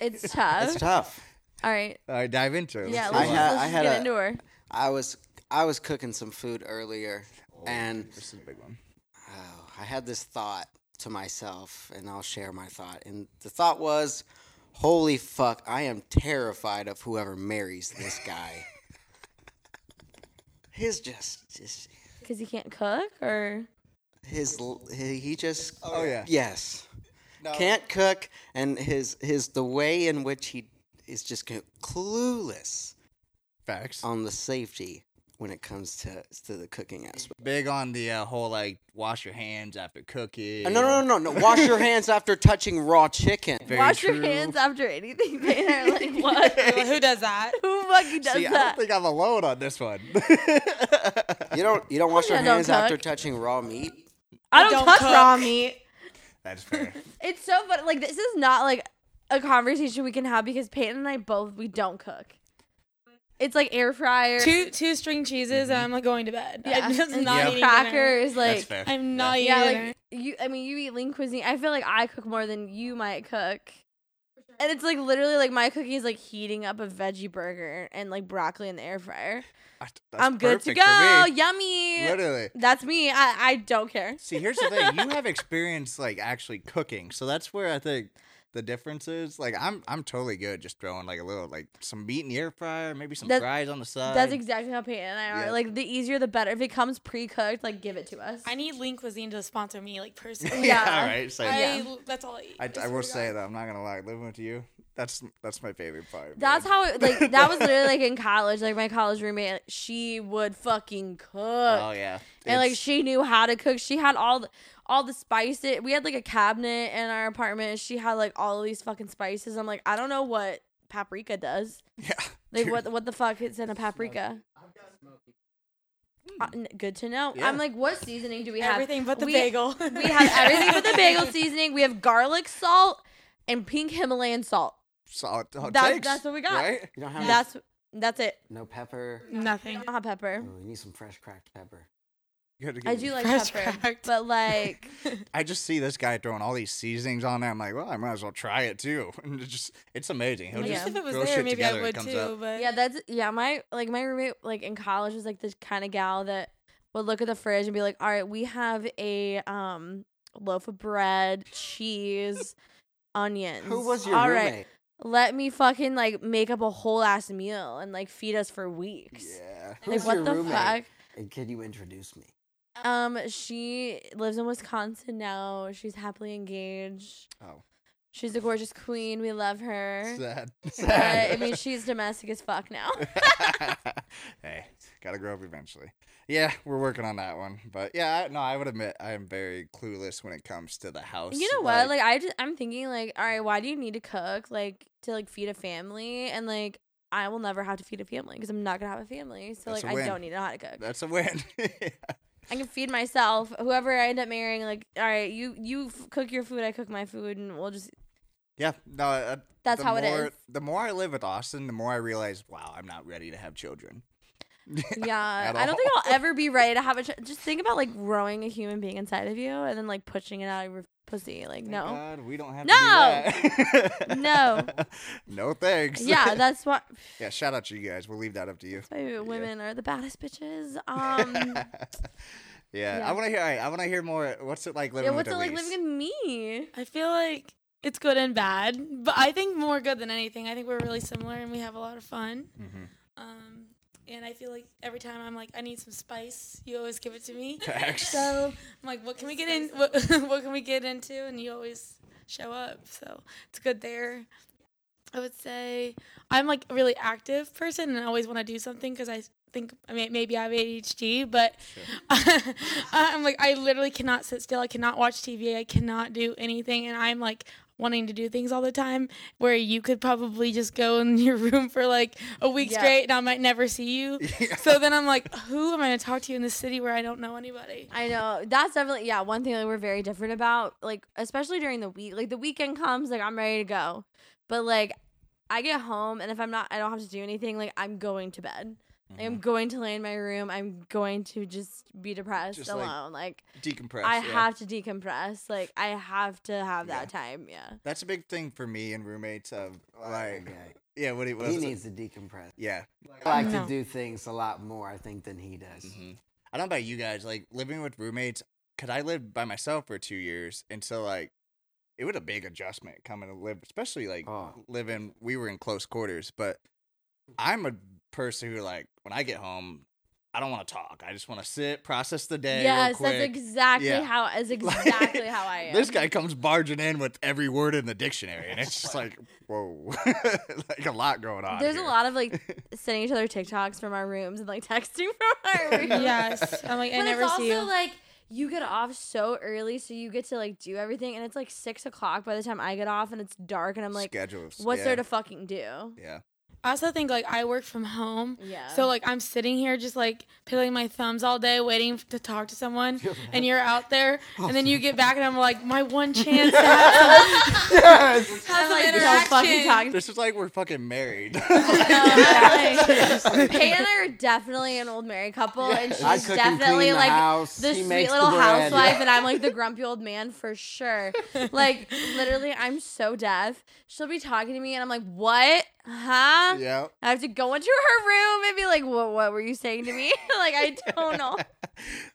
[SPEAKER 1] It's tough.
[SPEAKER 5] It's tough.
[SPEAKER 1] All right.
[SPEAKER 2] All right, dive into it.
[SPEAKER 1] Yeah,
[SPEAKER 2] Let's
[SPEAKER 1] let's,
[SPEAKER 2] do it.
[SPEAKER 5] had-
[SPEAKER 1] let's
[SPEAKER 5] I
[SPEAKER 1] just
[SPEAKER 5] had
[SPEAKER 1] get
[SPEAKER 5] a-
[SPEAKER 1] into her.
[SPEAKER 5] I was I was cooking some food earlier,
[SPEAKER 4] Oh,
[SPEAKER 5] and
[SPEAKER 2] This is a big one.
[SPEAKER 5] oh, I had this thought to myself, and I'll share my thought. And the thought was, "Holy fuck! I am terrified of whoever marries this
[SPEAKER 4] <laughs>
[SPEAKER 5] guy. his just, just
[SPEAKER 1] Because he can't cook or
[SPEAKER 5] his l- he he just
[SPEAKER 2] Oh yeah.
[SPEAKER 5] yes." Can't cook, and his his the way in which he is just co- clueless.
[SPEAKER 2] Facts.
[SPEAKER 5] on the safety when it comes to to the cooking aspect.
[SPEAKER 2] Big on the uh, whole like wash your hands after cooking.
[SPEAKER 5] No, no, no, no, no. Wash
[SPEAKER 1] <laughs>
[SPEAKER 5] your hands after touching raw chicken.
[SPEAKER 2] Very
[SPEAKER 1] wash
[SPEAKER 2] true.
[SPEAKER 1] your hands after anything. Tanner. Like what?
[SPEAKER 3] Well, <laughs> who
[SPEAKER 1] <laughs>
[SPEAKER 3] does that?
[SPEAKER 1] Who fucking does
[SPEAKER 2] See, I
[SPEAKER 1] that?
[SPEAKER 2] don't think I'm alone on this one. <laughs>
[SPEAKER 5] You don't you don't wash your
[SPEAKER 1] Yeah, don't
[SPEAKER 5] hands after
[SPEAKER 1] cook.
[SPEAKER 5] touching raw meat.
[SPEAKER 1] I don't,
[SPEAKER 3] don't
[SPEAKER 1] touch
[SPEAKER 3] cook.
[SPEAKER 1] raw meat.
[SPEAKER 2] That's fair.
[SPEAKER 1] It's so funny. Like this is not like a conversation we can have because Peyton and I both we don't cook. It's like air fryer,
[SPEAKER 3] Two two string cheeses, and I'm like going to bed.
[SPEAKER 1] yeah, <laughs>
[SPEAKER 3] <laughs> I'm just
[SPEAKER 1] and
[SPEAKER 3] not
[SPEAKER 2] Mm-hmm. Yeah.
[SPEAKER 3] eating dinner.
[SPEAKER 1] crackers.
[SPEAKER 2] That's
[SPEAKER 1] Like
[SPEAKER 2] fair.
[SPEAKER 3] I'm not
[SPEAKER 1] yeah,
[SPEAKER 3] eating.
[SPEAKER 1] like you. I mean, you eat lean cuisine. I feel like I cook more than you might cook. And it's like literally like my cooking is like heating up a veggie burger and like broccoli in the air fryer.
[SPEAKER 2] That's
[SPEAKER 1] I'm good to
[SPEAKER 2] perfect for
[SPEAKER 1] go.
[SPEAKER 2] me.
[SPEAKER 1] Yummy.
[SPEAKER 2] Literally.
[SPEAKER 1] That's me. I, I don't care.
[SPEAKER 2] See, here's the thing. You have experience like actually cooking, so that's where I think the difference is. Like, I'm I'm totally good just throwing like a little like some meat in the air fryer, maybe some
[SPEAKER 1] That's-
[SPEAKER 2] fries on the side.
[SPEAKER 1] That's exactly how Peyton and I are.
[SPEAKER 2] yeah.
[SPEAKER 1] Like the easier the better. If it comes pre cooked, like give it to us.
[SPEAKER 3] I need Lean Cuisine to sponsor me, like
[SPEAKER 2] <laughs> yeah.
[SPEAKER 3] personally.
[SPEAKER 1] yeah.
[SPEAKER 2] All right. So
[SPEAKER 3] I,
[SPEAKER 1] Yeah.
[SPEAKER 3] That's all I eat.
[SPEAKER 2] I, I
[SPEAKER 3] swear
[SPEAKER 2] will
[SPEAKER 3] to
[SPEAKER 2] say
[SPEAKER 3] God.
[SPEAKER 2] though, I'm not gonna lie, living with you, that's that's my favorite part.
[SPEAKER 1] That's
[SPEAKER 2] man.
[SPEAKER 1] how it like that was literally like in college. Like my college roommate, like, she would fucking cook.
[SPEAKER 2] Oh yeah.
[SPEAKER 1] uh, and like
[SPEAKER 2] It's-
[SPEAKER 1] she knew how to cook. She had all the all the spices. We had like a cabinet in our apartment. She had like all these fucking spices. I'm like, I don't know what paprika does.
[SPEAKER 2] <laughs> yeah.
[SPEAKER 1] Like
[SPEAKER 2] dude,
[SPEAKER 1] what what the fuck is
[SPEAKER 2] <laughs>
[SPEAKER 1] in a paprika? Uh, n- good to know.
[SPEAKER 2] Mm. Yeah.
[SPEAKER 1] I'm like, what seasoning do we have?
[SPEAKER 3] Everything but the
[SPEAKER 1] We-
[SPEAKER 3] bagel.
[SPEAKER 1] We have everything
[SPEAKER 3] <laughs>
[SPEAKER 1] but the bagel seasoning. We have garlic salt and pink Himalayan salt.
[SPEAKER 2] solid, hot
[SPEAKER 1] that-
[SPEAKER 2] takes,
[SPEAKER 1] that's what we got.
[SPEAKER 2] Right?
[SPEAKER 5] You don't have
[SPEAKER 1] That's that's it.
[SPEAKER 5] no pepper.
[SPEAKER 1] <laughs>
[SPEAKER 3] Nothing.
[SPEAKER 1] I don't have pepper.
[SPEAKER 5] Oh, you need some fresh cracked pepper.
[SPEAKER 2] You gotta
[SPEAKER 1] I
[SPEAKER 2] give
[SPEAKER 1] do
[SPEAKER 2] me-
[SPEAKER 1] like
[SPEAKER 3] Fresh
[SPEAKER 1] pepper,
[SPEAKER 3] cracked.
[SPEAKER 1] but like
[SPEAKER 2] I just see this guy throwing all these seasonings on there. I'm like, well, I might as well try it too. <laughs> And it's just, it's amazing. He'll
[SPEAKER 1] Yeah.
[SPEAKER 2] just
[SPEAKER 3] Just if it was
[SPEAKER 2] throw
[SPEAKER 3] there,
[SPEAKER 2] shit
[SPEAKER 3] maybe
[SPEAKER 2] together.
[SPEAKER 3] I
[SPEAKER 2] it
[SPEAKER 3] would
[SPEAKER 2] comes
[SPEAKER 3] too.
[SPEAKER 2] up.
[SPEAKER 3] But
[SPEAKER 1] Yeah, that's yeah. My like my roommate like in college was like this kind of gal that would look at the fridge and be like, "All right, we have a um loaf of bread,
[SPEAKER 5] <laughs>
[SPEAKER 1] cheese, onions."
[SPEAKER 5] Who was your
[SPEAKER 1] All right,
[SPEAKER 5] roommate?
[SPEAKER 1] let me fucking like make up a whole ass meal and like feed us for weeks.
[SPEAKER 2] Yeah.
[SPEAKER 5] Who
[SPEAKER 1] Like
[SPEAKER 5] was
[SPEAKER 1] what
[SPEAKER 5] your
[SPEAKER 1] the
[SPEAKER 5] roommate?
[SPEAKER 1] fuck?
[SPEAKER 5] And can you introduce me?
[SPEAKER 1] Um, she lives in Wisconsin now. She's happily engaged.
[SPEAKER 2] Oh.
[SPEAKER 1] She's a gorgeous queen. We love her.
[SPEAKER 2] Sad. <laughs>
[SPEAKER 1] But
[SPEAKER 5] <laughs>
[SPEAKER 1] I
[SPEAKER 2] Sad.
[SPEAKER 1] mean, she's domestic as fuck now.
[SPEAKER 2] <laughs> hey, gotta grow up eventually. Yeah, we're working on that one. But yeah, I, no, I would admit I am very clueless when it comes to the house.
[SPEAKER 1] You know what? Like I just I'm thinking like, all right, why do you need to cook like to like feed a family and like I will never have to feed a family because I'm not gonna have a family. So
[SPEAKER 2] That's
[SPEAKER 1] like I
[SPEAKER 2] a win.
[SPEAKER 1] don't need to know how to cook.
[SPEAKER 2] that's a win. <laughs>
[SPEAKER 1] I can feed
[SPEAKER 2] <laughs>
[SPEAKER 1] myself. Whoever I end up marrying, like all right, you you f- cook your food, I cook my food, and we'll just
[SPEAKER 2] Yeah, no. Uh,
[SPEAKER 1] That's
[SPEAKER 2] the
[SPEAKER 1] how it
[SPEAKER 2] more-
[SPEAKER 1] is.
[SPEAKER 2] The more I live with Austin, the more I realize, wow, I'm not ready to have children.
[SPEAKER 1] Yeah,
[SPEAKER 2] At
[SPEAKER 1] I don't think
[SPEAKER 2] all.
[SPEAKER 1] I'll ever be ready to have a. Ch- just think about like growing a human being inside of you and then like pushing it out of your pussy. Like
[SPEAKER 2] Thank
[SPEAKER 1] no,
[SPEAKER 2] God <laughs> we don't have
[SPEAKER 1] No!
[SPEAKER 2] to do that.
[SPEAKER 1] No.
[SPEAKER 2] <laughs> no thanks. <laughs>
[SPEAKER 1] yeah, that's <laughs> why.
[SPEAKER 2] yeah, shout out to you guys. We'll leave that up to you.
[SPEAKER 1] that's why women are the baddest
[SPEAKER 2] <laughs>
[SPEAKER 1] bitches. Um,
[SPEAKER 2] yeah,
[SPEAKER 1] yeah.
[SPEAKER 2] I want to hear. all right, I want to hear more. What's it like living
[SPEAKER 1] yeah, what's
[SPEAKER 2] with
[SPEAKER 1] it like
[SPEAKER 2] Elise? <laughs>
[SPEAKER 1] living in me?
[SPEAKER 3] I feel like it's good and bad, but I think more good than anything. I think we're really similar and we have a lot of fun.
[SPEAKER 2] Mhm.
[SPEAKER 3] Um, and I feel like every time I'm like, I need some spice, you always give it to
[SPEAKER 2] <laughs>
[SPEAKER 3] me.
[SPEAKER 2] Facts.
[SPEAKER 3] So I'm like, what can we get in? What, what <laughs> can we get into? And you always show up. So it's good there. I would say I'm like a really active person and I always want to do something because I think I mean, maybe I have ADHD, but <laughs> I'm like, I literally cannot sit still. I cannot watch TV. I cannot do anything. And I'm like, wanting to do things all the time where you could probably just go in <laughs> your room for like a week
[SPEAKER 1] Yeah.
[SPEAKER 3] straight and I might never see you. So then I'm like, who am I going to talk to in the city where I don't know anybody?
[SPEAKER 1] I know that's definitely yeah one thing that we're very different about. Like especially during the week, like the weekend comes, like I'm ready to go, but like I get home and if I'm not, I don't have to do anything. Like I'm going to bed. Like,
[SPEAKER 2] Mm-hmm.
[SPEAKER 1] I'm going to lay in my room. I'm going to just be depressed
[SPEAKER 2] Just, like,
[SPEAKER 1] alone. Like,
[SPEAKER 2] Decompress.
[SPEAKER 1] I
[SPEAKER 2] yeah.
[SPEAKER 1] have to decompress. Like I have to have
[SPEAKER 2] Yeah.
[SPEAKER 1] that time. Yeah.
[SPEAKER 2] That's a big thing for me and roommates of like,
[SPEAKER 5] Okay.
[SPEAKER 2] yeah, what it was.
[SPEAKER 5] He needs to decompress.
[SPEAKER 2] yeah.
[SPEAKER 5] I like
[SPEAKER 3] No.
[SPEAKER 5] to do things a lot more, I think, than he does.
[SPEAKER 2] Mm-hmm. I don't know about you guys, like living with roommates, because I lived by myself for two years. And so, like, it was a big adjustment coming to live, especially like
[SPEAKER 5] Oh.
[SPEAKER 2] living, we were in close quarters. But I'm a person who, like, when I get home, I don't want to talk. I just want to sit, process the day. real
[SPEAKER 1] yes, that's
[SPEAKER 2] quick.
[SPEAKER 1] exactly
[SPEAKER 2] Yeah.
[SPEAKER 1] how. Is
[SPEAKER 2] <laughs> Like,
[SPEAKER 1] exactly how I am.
[SPEAKER 2] This guy comes barging in with every word in the dictionary,
[SPEAKER 1] <laughs>
[SPEAKER 2] and it's just like, whoa, <laughs> like a lot going on.
[SPEAKER 1] There's
[SPEAKER 2] here.
[SPEAKER 1] a lot of like
[SPEAKER 2] <laughs>
[SPEAKER 1] sending each other TikToks from our rooms and like <laughs> texting from
[SPEAKER 2] <laughs>
[SPEAKER 1] our rooms.
[SPEAKER 3] <laughs> yes. I'm like, I
[SPEAKER 1] but
[SPEAKER 3] never
[SPEAKER 1] it's also
[SPEAKER 3] see you.
[SPEAKER 1] like you get off so early, so you get to like do everything, and it's like six o'clock by the time I get off, and it's dark, and I'm like,
[SPEAKER 2] schedules.
[SPEAKER 1] what's
[SPEAKER 2] yeah.
[SPEAKER 1] there to fucking do?
[SPEAKER 2] Yeah.
[SPEAKER 3] I also think like I work from home.
[SPEAKER 1] Yeah.
[SPEAKER 3] So like I'm sitting here just like piddling my thumbs all day waiting f- to talk to someone and <laughs> you're out there and then you get back and I'm like my <laughs> one chance to have some,
[SPEAKER 5] Yes!
[SPEAKER 3] have
[SPEAKER 1] I'm
[SPEAKER 3] some
[SPEAKER 1] like, don't
[SPEAKER 3] interaction.
[SPEAKER 1] fucking talk
[SPEAKER 3] <laughs>
[SPEAKER 1] to
[SPEAKER 2] This is like we're fucking
[SPEAKER 1] <laughs>
[SPEAKER 2] married.
[SPEAKER 3] <laughs>
[SPEAKER 2] <laughs>
[SPEAKER 1] Like, Peyton and I are definitely an old married couple, and
[SPEAKER 5] I
[SPEAKER 1] she's
[SPEAKER 5] cook and
[SPEAKER 1] definitely
[SPEAKER 5] clean the
[SPEAKER 1] like
[SPEAKER 5] house.
[SPEAKER 1] the
[SPEAKER 5] He
[SPEAKER 1] sweet
[SPEAKER 5] makes the
[SPEAKER 1] little
[SPEAKER 5] bread.
[SPEAKER 1] housewife, and I'm
[SPEAKER 5] <laughs>
[SPEAKER 1] like the grumpy old man for sure. Like literally, I'm so deaf. She'll be talking to me, and I'm like, "What? Huh?"
[SPEAKER 2] yeah.
[SPEAKER 1] I have to go into her room and be like, "What? What were you saying to me?" <laughs> like
[SPEAKER 2] <laughs>
[SPEAKER 1] I don't know.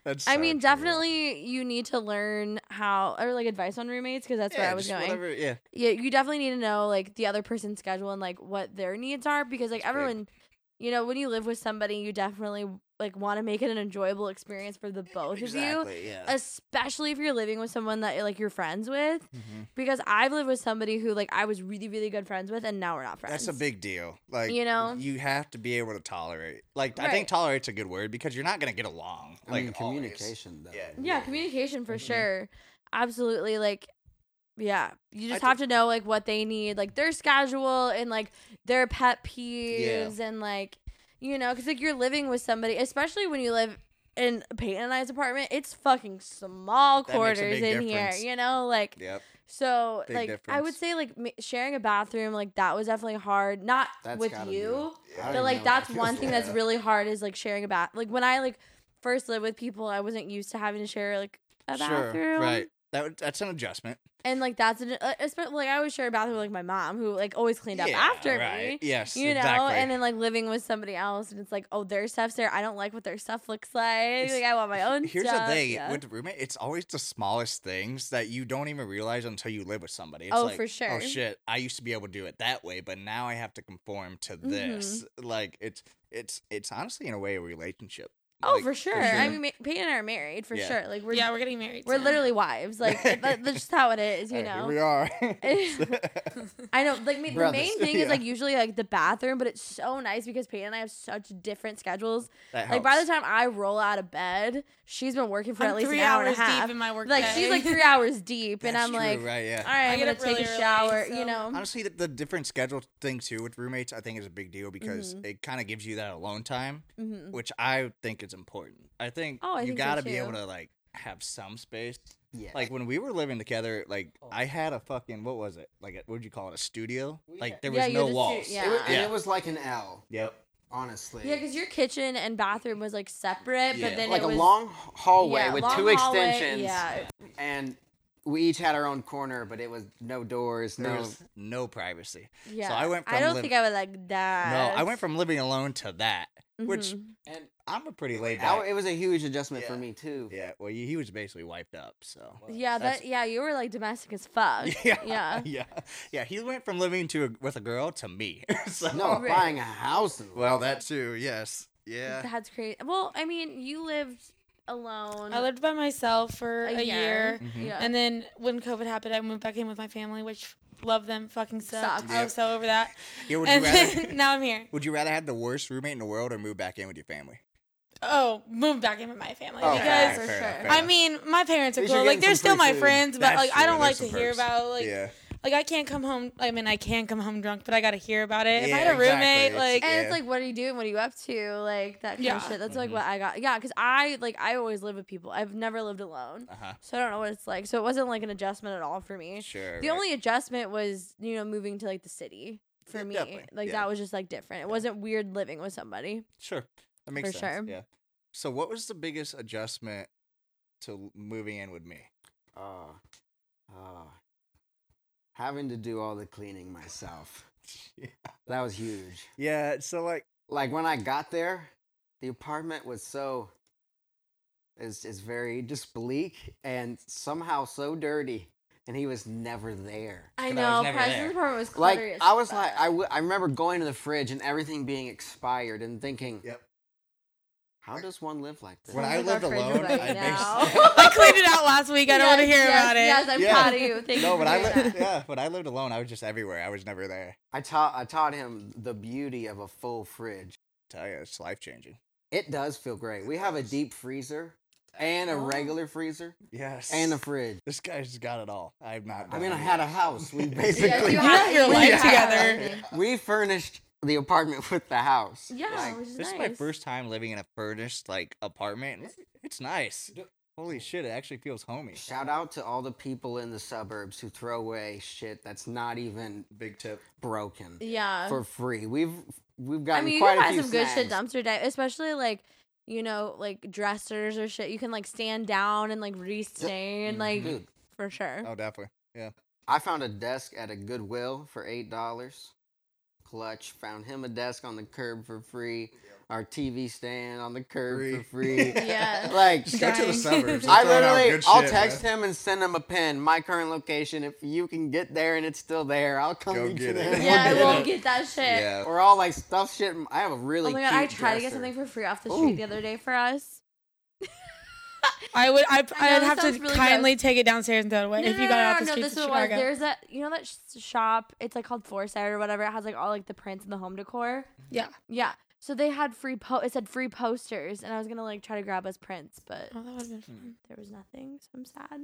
[SPEAKER 2] That's
[SPEAKER 1] I
[SPEAKER 2] so
[SPEAKER 1] mean,
[SPEAKER 2] true.
[SPEAKER 1] definitely you need to learn how or like advice on roommates because that's where
[SPEAKER 2] Yeah,
[SPEAKER 1] I was
[SPEAKER 2] just
[SPEAKER 1] going.
[SPEAKER 2] whatever- yeah.
[SPEAKER 1] Yeah, you definitely need to know like the other person's schedule and like what their needs are because like
[SPEAKER 2] big.
[SPEAKER 1] everyone, you know, when you live with somebody, you definitely like want to make it an enjoyable experience for the both of you.
[SPEAKER 2] Exactly. Yeah.
[SPEAKER 1] Especially if you're living with someone that like you're friends with,
[SPEAKER 2] Mhm.
[SPEAKER 1] because I've lived with somebody who like I was really really good friends with, and now we're not friends.
[SPEAKER 2] That's a big deal. Like
[SPEAKER 1] You know?
[SPEAKER 2] you have to be able to tolerate. Like I
[SPEAKER 1] Right.
[SPEAKER 2] think tolerate's a good word because you're not gonna get along.
[SPEAKER 5] I
[SPEAKER 2] like
[SPEAKER 5] mean,
[SPEAKER 2] always.
[SPEAKER 5] communication, though.
[SPEAKER 2] Yeah.
[SPEAKER 1] Yeah, communication for sure. Absolutely. Like, yeah, you just
[SPEAKER 2] I
[SPEAKER 1] have to know like what they need, like their schedule and like their pet peeves and like, you know, because like you're living with somebody, especially when you live in Peyton and I's apartment, it's fucking small
[SPEAKER 2] That makes
[SPEAKER 1] quarters
[SPEAKER 2] a
[SPEAKER 1] in
[SPEAKER 2] big difference.
[SPEAKER 1] here, you know, like
[SPEAKER 2] Yep.
[SPEAKER 1] so
[SPEAKER 2] Big
[SPEAKER 1] like I would
[SPEAKER 2] difference.
[SPEAKER 1] say like ma- sharing a bathroom like that was definitely hard, not
[SPEAKER 5] That's
[SPEAKER 1] with
[SPEAKER 5] gotta be-
[SPEAKER 1] you.
[SPEAKER 5] I don't
[SPEAKER 1] But like
[SPEAKER 5] even know what
[SPEAKER 1] that's
[SPEAKER 5] that
[SPEAKER 1] one
[SPEAKER 5] feels
[SPEAKER 1] thing
[SPEAKER 5] like.
[SPEAKER 1] that's really hard is like sharing a bath. Like when I like first lived with people, I wasn't used to having to share like a bathroom.
[SPEAKER 2] Sure. Right. That would- that's an adjustment.
[SPEAKER 1] And like that's an uh, especially like I always share a bathroom with like my mom who like always cleaned up
[SPEAKER 2] Yeah,
[SPEAKER 1] after
[SPEAKER 2] right.
[SPEAKER 1] me.
[SPEAKER 2] Yes.
[SPEAKER 1] You know,
[SPEAKER 2] exactly.
[SPEAKER 1] and then like living with somebody else, and it's like, oh, their stuff's there. I don't like what their stuff looks like.
[SPEAKER 2] It's-
[SPEAKER 1] Like I want my own.
[SPEAKER 2] Here's
[SPEAKER 1] stuff.
[SPEAKER 2] the thing
[SPEAKER 1] Yeah.
[SPEAKER 2] with roommate, it's always the smallest things that you don't even realize until you live with somebody. It's
[SPEAKER 1] Oh,
[SPEAKER 2] like,
[SPEAKER 1] for sure.
[SPEAKER 2] Oh shit, I used to be able to do it that way, but now I have to conform to
[SPEAKER 1] Mm-hmm.
[SPEAKER 2] this. Like it's it's it's honestly in a way a relationship.
[SPEAKER 1] oh,
[SPEAKER 2] Like,
[SPEAKER 1] for, sure. I mean, ma- Peyton and I are married for
[SPEAKER 2] Yeah.
[SPEAKER 1] sure. Like we're
[SPEAKER 3] yeah, we're getting married.
[SPEAKER 1] we're
[SPEAKER 3] soon.
[SPEAKER 1] literally wives. Like that- that's just how it is. You
[SPEAKER 2] <laughs> Hey,
[SPEAKER 1] know.
[SPEAKER 2] here
[SPEAKER 1] <laughs>
[SPEAKER 2] we are.
[SPEAKER 1] I know, like ma- the
[SPEAKER 5] Brothers.
[SPEAKER 2] <laughs>
[SPEAKER 1] main thing
[SPEAKER 2] Yeah.
[SPEAKER 1] is like usually like the bathroom, but it's so nice because Peyton and I have such different schedules.
[SPEAKER 2] That
[SPEAKER 1] Like by the
[SPEAKER 2] helps.
[SPEAKER 1] time I roll out of bed, she's been working for
[SPEAKER 3] I'm
[SPEAKER 1] at least
[SPEAKER 3] three
[SPEAKER 1] an hour
[SPEAKER 3] hours
[SPEAKER 1] and a half.
[SPEAKER 3] deep in my work.
[SPEAKER 1] like she's like three hours deep, and
[SPEAKER 2] That's
[SPEAKER 1] I'm
[SPEAKER 2] true,
[SPEAKER 1] like,
[SPEAKER 2] right, yeah.
[SPEAKER 1] all right, I'm
[SPEAKER 3] get
[SPEAKER 1] gonna
[SPEAKER 3] up
[SPEAKER 1] take
[SPEAKER 3] really
[SPEAKER 1] a
[SPEAKER 3] early,
[SPEAKER 1] shower, you
[SPEAKER 3] so-
[SPEAKER 1] know.
[SPEAKER 2] Honestly, the, the different schedule thing too with roommates, I think is a big deal because
[SPEAKER 1] Mm-hmm.
[SPEAKER 2] it kind of gives you that alone time,
[SPEAKER 1] Mhm.
[SPEAKER 2] which I think is important. I think
[SPEAKER 1] Oh, I
[SPEAKER 2] you
[SPEAKER 1] think so,
[SPEAKER 2] gotta be
[SPEAKER 1] too.
[SPEAKER 2] able to like have some space.
[SPEAKER 5] Yeah.
[SPEAKER 2] Like when we were living together, like I had a fucking what was it? Like a, what would you call it? A studio? Like there was
[SPEAKER 1] Yeah, you
[SPEAKER 2] no
[SPEAKER 1] had a stu-
[SPEAKER 2] walls.
[SPEAKER 1] yeah.
[SPEAKER 5] it was, and
[SPEAKER 2] Yeah.
[SPEAKER 5] it was like an L,
[SPEAKER 2] Yep.
[SPEAKER 5] honestly.
[SPEAKER 1] Yeah, because your kitchen and bathroom was like separate,
[SPEAKER 2] Yeah.
[SPEAKER 1] but then
[SPEAKER 5] like
[SPEAKER 1] it
[SPEAKER 5] a
[SPEAKER 1] was,
[SPEAKER 5] long hallway
[SPEAKER 1] yeah,
[SPEAKER 5] with
[SPEAKER 1] long
[SPEAKER 5] two
[SPEAKER 1] hallway,
[SPEAKER 5] extensions.
[SPEAKER 1] Yeah,
[SPEAKER 5] And we each had our own corner, but it was no doors,
[SPEAKER 2] There
[SPEAKER 5] no.
[SPEAKER 2] was no privacy.
[SPEAKER 1] yeah.
[SPEAKER 2] I went
[SPEAKER 1] I
[SPEAKER 2] from
[SPEAKER 1] don't
[SPEAKER 2] liv-
[SPEAKER 1] think I would like
[SPEAKER 2] No,
[SPEAKER 1] that.
[SPEAKER 2] I went from living alone to that, which
[SPEAKER 1] Mhm.
[SPEAKER 5] And
[SPEAKER 2] I'm a pretty laid
[SPEAKER 5] that,
[SPEAKER 2] back.
[SPEAKER 5] it was a huge adjustment for
[SPEAKER 2] Yeah.
[SPEAKER 5] me too.
[SPEAKER 2] Yeah. Well, he he was basically wiped up. So.
[SPEAKER 1] yeah,
[SPEAKER 2] that's-
[SPEAKER 1] that yeah, you were like domestic as fuck.
[SPEAKER 2] <laughs> Yeah,
[SPEAKER 1] yeah.
[SPEAKER 2] yeah, yeah. He went from living to a, with a girl to me. <laughs> so,
[SPEAKER 1] <laughs>
[SPEAKER 5] No,
[SPEAKER 1] Right.
[SPEAKER 5] buying a house. and-
[SPEAKER 2] Well, that too. Yes. Yeah.
[SPEAKER 1] That's crazy. Well, I mean, you lived alone.
[SPEAKER 3] <laughs> I lived by myself for
[SPEAKER 1] A
[SPEAKER 3] a,
[SPEAKER 1] year.
[SPEAKER 3] year.
[SPEAKER 2] Mhm.
[SPEAKER 1] Yeah.
[SPEAKER 3] And then when COVID happened, I moved back in with my family, which love them fucking sucked.
[SPEAKER 1] Sucks.
[SPEAKER 3] I was so over that.
[SPEAKER 2] Yeah, would you
[SPEAKER 3] and
[SPEAKER 2] rather?
[SPEAKER 3] then, <laughs> now I'm here.
[SPEAKER 2] <laughs> would you rather have the worst roommate in the world or move back in with your family?
[SPEAKER 3] Oh, moved back in with my family
[SPEAKER 5] Oh,
[SPEAKER 3] because
[SPEAKER 1] for
[SPEAKER 2] Fair enough,
[SPEAKER 1] sure.
[SPEAKER 2] fair
[SPEAKER 3] I
[SPEAKER 2] enough.
[SPEAKER 3] mean my parents are
[SPEAKER 5] At least you're
[SPEAKER 3] cool. Like
[SPEAKER 5] getting
[SPEAKER 3] they're
[SPEAKER 5] some
[SPEAKER 3] still
[SPEAKER 5] free
[SPEAKER 3] my
[SPEAKER 5] food.
[SPEAKER 3] friends, but
[SPEAKER 2] That's
[SPEAKER 3] like I
[SPEAKER 2] true,
[SPEAKER 3] don't like
[SPEAKER 2] there's
[SPEAKER 3] to
[SPEAKER 2] some
[SPEAKER 3] hear
[SPEAKER 2] perks.
[SPEAKER 3] about like
[SPEAKER 2] yeah.
[SPEAKER 3] like I can't come home. I mean I can come home drunk, but I gotta hear about it. if I
[SPEAKER 2] Yeah,
[SPEAKER 3] had a
[SPEAKER 2] exactly.
[SPEAKER 3] roommate,
[SPEAKER 2] It's-
[SPEAKER 3] like
[SPEAKER 1] and
[SPEAKER 2] Yeah.
[SPEAKER 1] it's like, what are you doing? What are you up to? Like that kind of
[SPEAKER 3] Yeah.
[SPEAKER 1] shit. That's like
[SPEAKER 2] Mhm.
[SPEAKER 1] what I got. Yeah, because I like I always live with people. I've never lived alone,
[SPEAKER 2] Uh huh.
[SPEAKER 1] so I don't know what it's like. So it wasn't like an adjustment at all for me.
[SPEAKER 2] Sure.
[SPEAKER 1] The
[SPEAKER 2] right.
[SPEAKER 1] only adjustment was, you know, moving to like the city for
[SPEAKER 2] Yeah,
[SPEAKER 1] me.
[SPEAKER 2] definitely.
[SPEAKER 1] Like
[SPEAKER 2] Yeah.
[SPEAKER 1] that was just like different. It wasn't weird living with somebody.
[SPEAKER 2] Sure. That makes
[SPEAKER 1] For
[SPEAKER 2] sense.
[SPEAKER 1] sure.
[SPEAKER 2] Yeah. So what was the biggest adjustment to l- moving in with me?
[SPEAKER 5] Uh, uh, having to do all the cleaning myself. That was huge.
[SPEAKER 2] Yeah, so like
[SPEAKER 5] Like when I got there, the apartment was so is is very just bleak and somehow so dirty, and he was never there.
[SPEAKER 1] I
[SPEAKER 2] But I was
[SPEAKER 1] know.
[SPEAKER 2] never
[SPEAKER 1] Preston's
[SPEAKER 2] there.
[SPEAKER 1] apartment was
[SPEAKER 5] Like
[SPEAKER 1] cluttery as
[SPEAKER 5] I was
[SPEAKER 1] fuck.
[SPEAKER 5] like I, w- I remember going to the fridge and everything being expired and thinking,
[SPEAKER 2] Yep.
[SPEAKER 5] how does one live like this?
[SPEAKER 2] when I
[SPEAKER 1] Someone's
[SPEAKER 2] lived
[SPEAKER 1] our fridge
[SPEAKER 2] alone,
[SPEAKER 1] right
[SPEAKER 2] I
[SPEAKER 1] now.
[SPEAKER 2] basically
[SPEAKER 3] <laughs>
[SPEAKER 2] <laughs>
[SPEAKER 3] I cleaned it out last week. I don't want to
[SPEAKER 1] Yes,
[SPEAKER 3] hear
[SPEAKER 1] yes,
[SPEAKER 3] about it.
[SPEAKER 1] Yes, I'm
[SPEAKER 2] Yeah.
[SPEAKER 1] proud of you. Thank
[SPEAKER 2] No,
[SPEAKER 1] you.
[SPEAKER 2] but I lived
[SPEAKER 1] lived.
[SPEAKER 2] <laughs> yeah, but I lived alone. I was just everywhere. I was never there.
[SPEAKER 5] I taught I taught him the beauty of a full fridge.
[SPEAKER 2] tell you, it's life changing.
[SPEAKER 5] It does feel great. We have a deep freezer and a
[SPEAKER 1] Oh.
[SPEAKER 5] regular freezer
[SPEAKER 2] Yes.
[SPEAKER 5] and a fridge.
[SPEAKER 2] this guy's got it all. I've not
[SPEAKER 5] I
[SPEAKER 2] done
[SPEAKER 5] mean, I
[SPEAKER 2] any
[SPEAKER 5] had a
[SPEAKER 2] of that.
[SPEAKER 1] <laughs>
[SPEAKER 5] house. We
[SPEAKER 1] Yeah,
[SPEAKER 5] basically
[SPEAKER 1] you
[SPEAKER 3] You
[SPEAKER 1] have
[SPEAKER 3] have your
[SPEAKER 1] you
[SPEAKER 3] life
[SPEAKER 1] have
[SPEAKER 3] together.
[SPEAKER 1] everything.
[SPEAKER 5] <laughs> we furnished the apartment with the house.
[SPEAKER 1] Yeah,
[SPEAKER 5] Like,
[SPEAKER 1] which is
[SPEAKER 2] This is my
[SPEAKER 1] nice.
[SPEAKER 2] first time living in a furnished like apartment. and It's, it's nice. Holy shit, it actually feels homey.
[SPEAKER 5] shout out to all the people in the suburbs who throw away shit that's not even
[SPEAKER 2] Big tip.
[SPEAKER 5] broken
[SPEAKER 1] Yeah.
[SPEAKER 5] for free. We've we've
[SPEAKER 1] I
[SPEAKER 5] gotten
[SPEAKER 1] mean, you
[SPEAKER 5] quite
[SPEAKER 1] can
[SPEAKER 5] a
[SPEAKER 1] buy
[SPEAKER 5] few
[SPEAKER 1] some good shit
[SPEAKER 5] snags.
[SPEAKER 1] dumpster dive, especially like, you know, like dressers or shit. You can like stand down and like re-stain, like
[SPEAKER 5] Mm-hmm. Dude,
[SPEAKER 1] for sure.
[SPEAKER 2] Oh, definitely.
[SPEAKER 5] I found a desk at a Goodwill for eight dollars. Clutch found him a desk on the curb for free. Our TV stand on the curb for <laughs> free.
[SPEAKER 1] Yeah.
[SPEAKER 2] <laughs>
[SPEAKER 5] Like
[SPEAKER 2] Go to the
[SPEAKER 3] Dying.
[SPEAKER 2] suburbs.
[SPEAKER 5] I
[SPEAKER 2] They're throwing out
[SPEAKER 5] literally,
[SPEAKER 2] good
[SPEAKER 5] I'll
[SPEAKER 2] shit,
[SPEAKER 5] text
[SPEAKER 2] man.
[SPEAKER 5] him and send him a pin. My current location. If you can get there and it's still there, I'll come
[SPEAKER 2] Go
[SPEAKER 5] meet
[SPEAKER 2] get
[SPEAKER 5] you
[SPEAKER 2] it.
[SPEAKER 5] there.
[SPEAKER 1] <laughs>
[SPEAKER 2] Yeah,
[SPEAKER 1] Yeah, I
[SPEAKER 2] Look at
[SPEAKER 1] won't
[SPEAKER 2] it.
[SPEAKER 1] get
[SPEAKER 5] <laughs>
[SPEAKER 1] that shit.
[SPEAKER 2] Yeah.
[SPEAKER 5] Or all like stuff shit. I have a really.
[SPEAKER 1] Oh my god,
[SPEAKER 5] cute
[SPEAKER 1] I tried to get
[SPEAKER 5] dresser.
[SPEAKER 1] something for free off the street the other day for us.
[SPEAKER 3] I would.
[SPEAKER 1] I know,
[SPEAKER 3] I, I'd
[SPEAKER 1] that
[SPEAKER 3] have to
[SPEAKER 1] sounds really
[SPEAKER 3] kindly
[SPEAKER 1] gross.
[SPEAKER 3] take it downstairs and throw it away
[SPEAKER 1] No,
[SPEAKER 3] if
[SPEAKER 1] no,
[SPEAKER 3] you
[SPEAKER 1] no,
[SPEAKER 3] got it
[SPEAKER 1] no,
[SPEAKER 3] off the
[SPEAKER 1] no,
[SPEAKER 3] streets
[SPEAKER 1] this
[SPEAKER 3] of
[SPEAKER 1] is what it was.
[SPEAKER 3] Chicago.
[SPEAKER 1] There's that you know that sh- shop. It's like called Foresight or whatever. It has like all like the prints and the home decor.
[SPEAKER 3] Yeah.
[SPEAKER 1] Yeah. So they had free po. It said free posters, and I was gonna like try to grab us prints, but
[SPEAKER 3] Oh, that would have been fun.
[SPEAKER 1] there was nothing. So I'm sad.